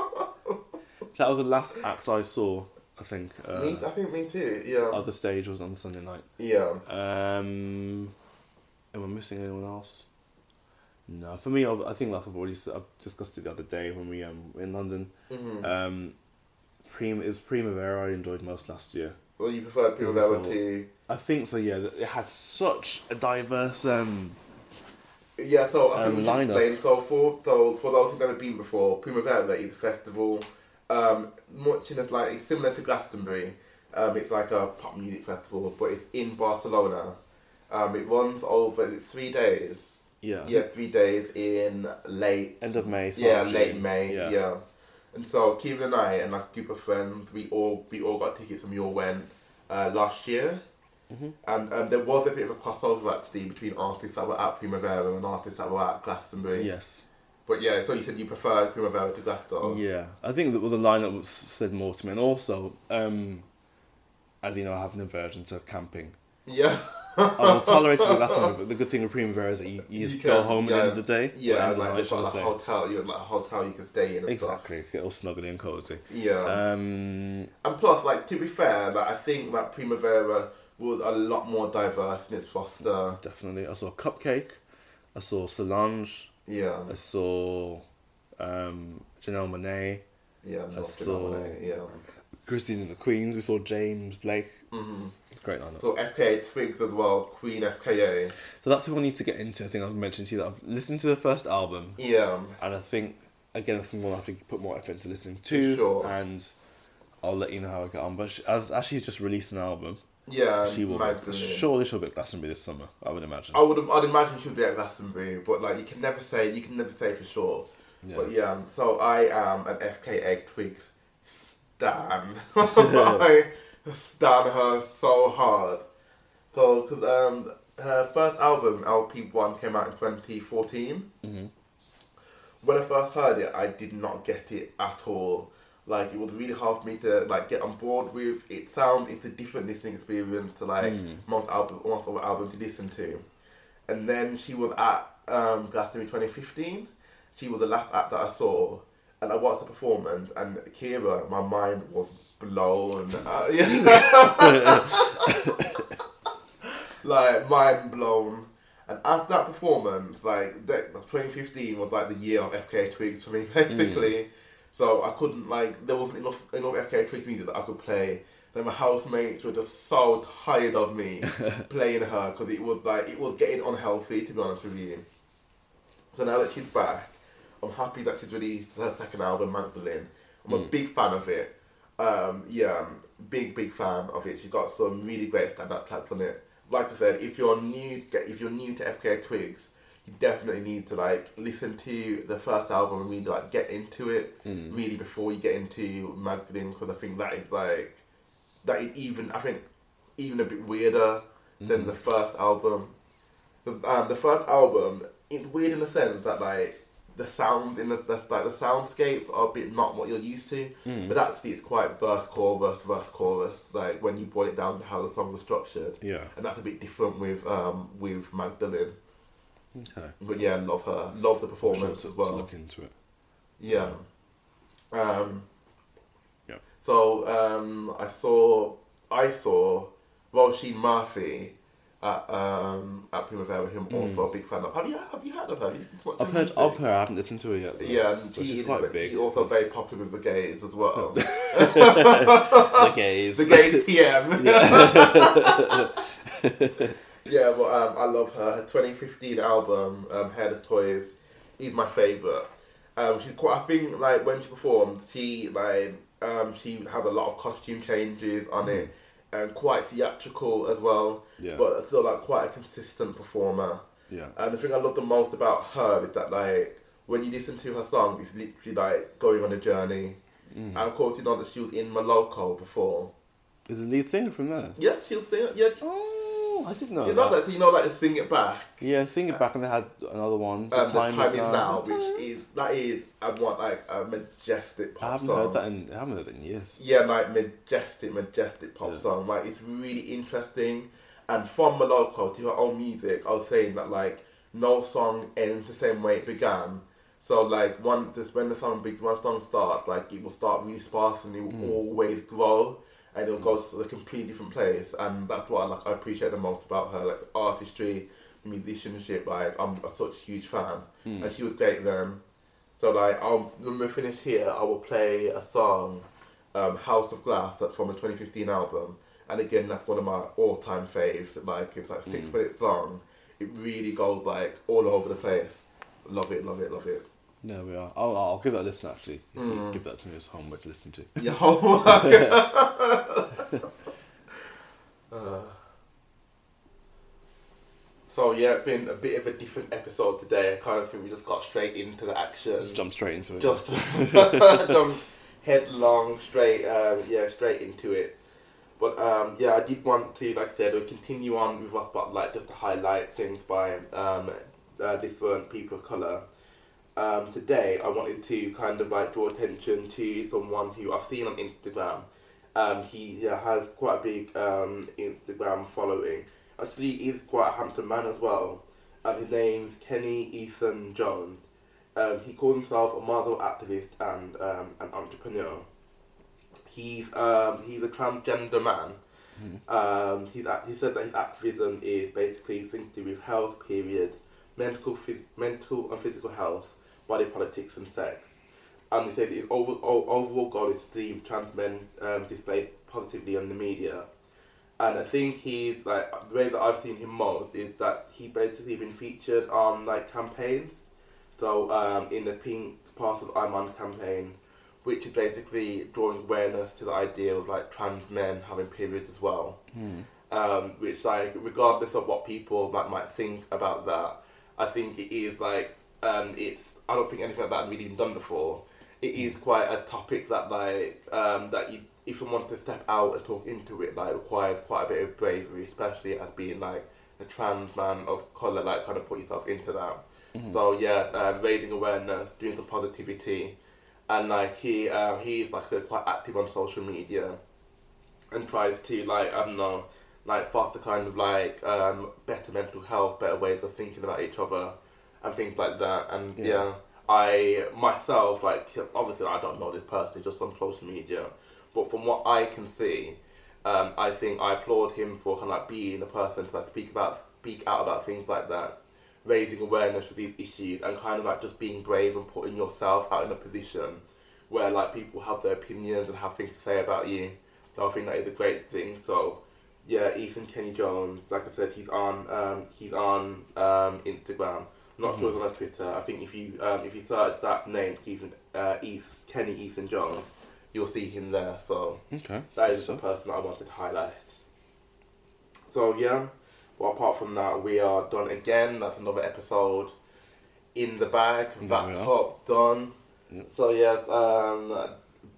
Speaker 2: That was the last act I saw. I think. Uh,
Speaker 1: me, I think me too. Yeah,
Speaker 2: Other stage was on Sunday night.
Speaker 1: yeah,
Speaker 2: Um, am I missing anyone else? No, for me, I've, I think like I've already s- I've discussed it the other day when we um were in London.
Speaker 1: Mhm.
Speaker 2: Um, Prim it was Primavera I enjoyed most last year.
Speaker 1: Well, you prefer
Speaker 2: so-
Speaker 1: Primavera to
Speaker 2: I think so. Yeah, it has such a diverse um
Speaker 1: yeah. So I think
Speaker 2: Um,
Speaker 1: we should
Speaker 2: lineup.
Speaker 1: explain. So for so for those who've never been before, Primavera is a festival. Um, much in as like it's similar to Glastonbury. Um, it's like a pop music festival, but it's in Barcelona. Um, it runs over it's three days.
Speaker 2: yeah
Speaker 1: Yeah, three days in late
Speaker 2: end of May.
Speaker 1: yeah
Speaker 2: start of
Speaker 1: late
Speaker 2: June.
Speaker 1: May yeah. And so Kevin and I and like a group of friends, we all we all got tickets and we all went uh, last year.
Speaker 2: Mhm.
Speaker 1: And um, there was a bit of a crossover actually between artists that were at Primavera and artists that were at Glastonbury.
Speaker 2: Yes.
Speaker 1: But yeah, so you said you preferred Primavera to Glastonbury.
Speaker 2: Yeah, I think that well, the lineup was- said more to me, and also, um, as you know, I have an aversion to camping.
Speaker 1: Yeah.
Speaker 2: I will tolerate it last time, but the good thing with Primavera is that you, you,
Speaker 1: You
Speaker 2: just
Speaker 1: can-
Speaker 2: go home at the end of the day.
Speaker 1: Yeah,
Speaker 2: or end of the
Speaker 1: like
Speaker 2: night,
Speaker 1: they've
Speaker 2: shall I
Speaker 1: got like
Speaker 2: say.
Speaker 1: a hotel, you have like a hotel you can stay in. And Stuff.
Speaker 2: Exactly, get all snuggly and cozy.
Speaker 1: Yeah.
Speaker 2: Um,
Speaker 1: And plus, like to be fair, like I think like Primavera was a lot more diverse in its
Speaker 2: Mm-hmm.
Speaker 1: roster.
Speaker 2: definitely, I saw Cupcake, I saw Solange,
Speaker 1: Yeah.
Speaker 2: I saw um, Janelle Monet,
Speaker 1: Yeah.
Speaker 2: I
Speaker 1: Not
Speaker 2: saw-
Speaker 1: Primavera, Yeah.
Speaker 2: Christine and the Queens. We saw James Blake.
Speaker 1: hmm
Speaker 2: It's a great lineup.
Speaker 1: So FKA Twigs as well, Queen FKA.
Speaker 2: So that's who I need to get into. I think I've mentioned to you that I've listened to the first album.
Speaker 1: Yeah.
Speaker 2: And I think again, that's something we'll have to put more effort into listening to,
Speaker 1: Sure.
Speaker 2: and I'll let you know how I get on. But she, as as she's just released an album,
Speaker 1: Yeah.
Speaker 2: she will be,
Speaker 1: Magdalene.
Speaker 2: surely she'll be at Glastonbury this summer. I would imagine.
Speaker 1: I would have, I'd imagine she'd be at Glastonbury, but like you can never say you can never say for sure.
Speaker 2: Yeah.
Speaker 1: But yeah, so I am an FKA Twigs stan. I stan her so hard. So because um, her first album LP One came out in twenty fourteen.
Speaker 2: Mhm.
Speaker 1: When I first heard it, I did not get it at all. Like it was really hard for me to like get on board with it. Sound it's a different listening experience to like
Speaker 2: Mm.
Speaker 1: most album, most other albums to listen to. And then she was at um, Glastonbury 2015. She was the last act that I saw, and I watched the performance. And Kira, my mind was blow and uh, yeah. like mind blown. And after that performance, like that 2015 was like the year of FKA Twigs for me basically. So I couldn't like there wasn't enough enough FKA Twigs music that I could play. Then my housemates were just so tired of me playing her because it was like it was getting unhealthy to be honest with you. So now that she's back, I'm happy that she's released her second album, Magdalene. I'm a big fan of it. Um, yeah, um, big big fan of it. She's got some really great standout tracks on it. Like I said, if you're new, get if you're new to FK Twigs, you definitely need to like listen to the first album and really like get into it really before you get into Magdalene because I think that is like that is even I think even a bit weirder than the first album. The, um, the first album it's weird in the sense that like the sound in the that's like the soundscapes are a bit not what you're used to, but actually it's quite verse chorus verse chorus like when you boil it down to how the song was structured.
Speaker 2: Yeah.
Speaker 1: and that's a bit different with um with Magdalene.
Speaker 2: Okay.
Speaker 1: But yeah, love her, love the
Speaker 2: I'll have
Speaker 1: performance
Speaker 2: to, to
Speaker 1: as well.
Speaker 2: look into it.
Speaker 1: Yeah. Um,
Speaker 2: Yeah.
Speaker 1: So um, I saw I saw Roisin Murphy at um, at Primavera, who I'm
Speaker 2: Hmm.
Speaker 1: also a big fan of. Have you have you heard of her? Have you listened to much
Speaker 2: I've
Speaker 1: her
Speaker 2: heard
Speaker 1: music?
Speaker 2: of her. I haven't listened to her yet. Though,
Speaker 1: Yeah, and
Speaker 2: which
Speaker 1: she
Speaker 2: is
Speaker 1: is
Speaker 2: quite big.
Speaker 1: She's also very popular with the gays as well.
Speaker 2: the gays.
Speaker 1: the gays TM. Yeah, but um, I love her. Her 2015 album, um, Hairless Toys, is my favorite. Um, she's quite. I think like when she performed, she like um, she had a lot of costume changes on it, and quite theatrical as well.
Speaker 2: Yeah.
Speaker 1: But still like quite a consistent performer.
Speaker 2: Yeah.
Speaker 1: And the thing I love the most about her is that like when you listen to her song, it's literally like going on a journey. And of course, you know that she was in Maloko before.
Speaker 2: Is the lead singer from there?
Speaker 1: Yeah, she'll sing. it. Yeah, she-
Speaker 2: Oh, I didn't know.
Speaker 1: you know
Speaker 2: that.
Speaker 1: that. You know, like sing it back.
Speaker 2: Yeah, sing it back, and they had another one. The
Speaker 1: Um,
Speaker 2: time, is now.
Speaker 1: which is that is I want like a majestic pop
Speaker 2: I haven't
Speaker 1: song.
Speaker 2: heard that in. I haven't heard that in years.
Speaker 1: yeah, like majestic, majestic pop
Speaker 2: Yeah.
Speaker 1: song. Like it's really interesting. And from Maloko to her own music, I was saying that like no song ends the same way it began. So like one, just when the song big one song starts, like it will start really sparse and it will always grow and it'll go to a completely different place. And that's what I like. I appreciate the most about her, like artistry, musicianship. Like I'm a such a huge fan, and she was great then. So like, I'll, when we finish here, I will play a song, um, "House of Glass," that's from a 2015 album, and again, that's one of my all-time faves. Like, it's like six minutes long. It really goes like all over the place. Love it, love it, love it.
Speaker 2: No, we are. I'll, I'll give that a listen actually. If you
Speaker 1: Mm.
Speaker 2: Give that to me as homework to listen to.
Speaker 1: Your homework. uh, so yeah, it's been a bit of a different episode today. I kind of think we just got straight into the action.
Speaker 2: Just jump straight into it.
Speaker 1: just done headlong straight um, yeah straight into it but um, yeah I did want to like I said we'll continue on with our spotlight just to highlight things by um, uh, different people of colour um, today I wanted to kind of like draw attention to someone who I've seen on Instagram um, he yeah, has quite a big um, Instagram following actually he is quite a Hampton man as well and his name's Kenny Ethan Jones um, he calls himself a model activist and um, an entrepreneur. He's um, he's a transgender man. Um, he's act- he said that his activism is basically linked to with health, periods, mental, phys- mental and physical health, body politics, and sex. And he says his overall, overall goal is to see trans men um, displayed positively on the media. And I think he's like the way that I've seen him most is that he basically been featured on like campaigns so um, in the pink part of I'm on campaign, which is basically drawing awareness to the idea of like trans men having periods as well, um, which like regardless of what people like might think about that, I think it is like um, it's I don't think anything like that had really been done before. It is quite a topic that like um, that you if someone to step out and talk into it like requires quite a bit of bravery, especially as being like a trans man of color, like kind of put yourself into that. So yeah, um, raising awareness, doing some positivity, and like he um, he's like uh, quite active on social media, and tries to like I don't know, like foster kind of like um, better mental health, better ways of thinking about each other, and things like that. And yeah.
Speaker 2: Yeah.
Speaker 1: I myself like obviously I don't know this person just on social media, but from what I can see, um, I think I applaud him for kind of like being the person to like speak about speak out about things like that, raising awareness for these issues, and kind of like just being brave and putting yourself out in a position where like people have their opinions and have things to say about you. So I think that is a great thing. So yeah, Ethan Kenny Jones, like I said, he's on um, he's on um, Instagram. I'm not sure
Speaker 2: Mm-hmm.
Speaker 1: he's on Twitter. I think if you um, if you search that name, Ethan uh, Eth, Kenny Ethan Jones, you'll see him there. So
Speaker 2: Okay.
Speaker 1: that is the
Speaker 2: So-
Speaker 1: person I wanted to highlight. So yeah, well apart from that, we are done again. That's another episode in the bag.
Speaker 2: Yeah,
Speaker 1: That
Speaker 2: we are.
Speaker 1: top done.
Speaker 2: Yep.
Speaker 1: So yeah, um,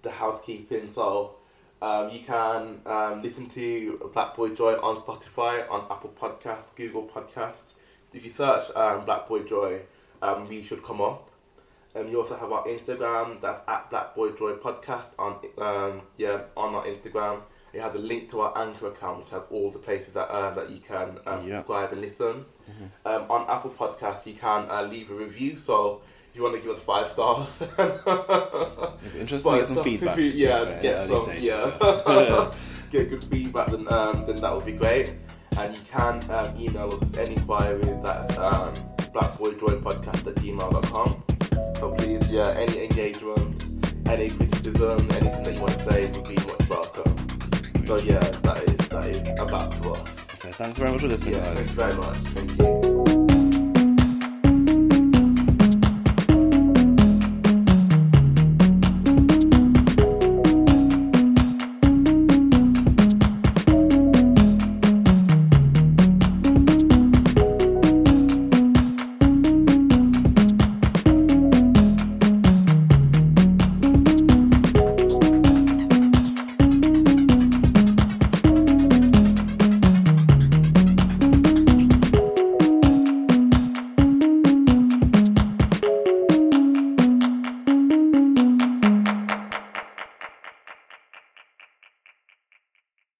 Speaker 1: the housekeeping. So um, you can um, listen to Black Boy Joy on Spotify, on Apple Podcast, Google Podcast. If you search um, Black Boy Joy, um, we should come up. Um, you also have our Instagram. That's at Black Boy Joy Podcast on um, yeah on our Instagram. You have the link to our Anchor account, which has all the places that uh, that you can um,
Speaker 2: Yeah.
Speaker 1: subscribe and listen. Um, on Apple Podcasts, you can uh, leave a review. So if you want to give us five stars,
Speaker 2: It'd be interesting to
Speaker 1: But
Speaker 2: get some
Speaker 1: stuff-
Speaker 2: feedback.
Speaker 1: yeah,
Speaker 2: to
Speaker 1: to get
Speaker 2: early
Speaker 1: some-
Speaker 2: stages,
Speaker 1: yeah.
Speaker 2: yes.
Speaker 1: get good feedback, then um, then that would be great. And you can um, email us with any inquiries at um, blackboyjoypodcast at gmail.com. So please, yeah, any engagement, any criticism, anything that you want to say would be much welcome. So yeah, that is that is about to us.
Speaker 2: okay, thanks very much for listening,
Speaker 1: Yeah,
Speaker 2: guys.
Speaker 1: thanks very much. Thank you.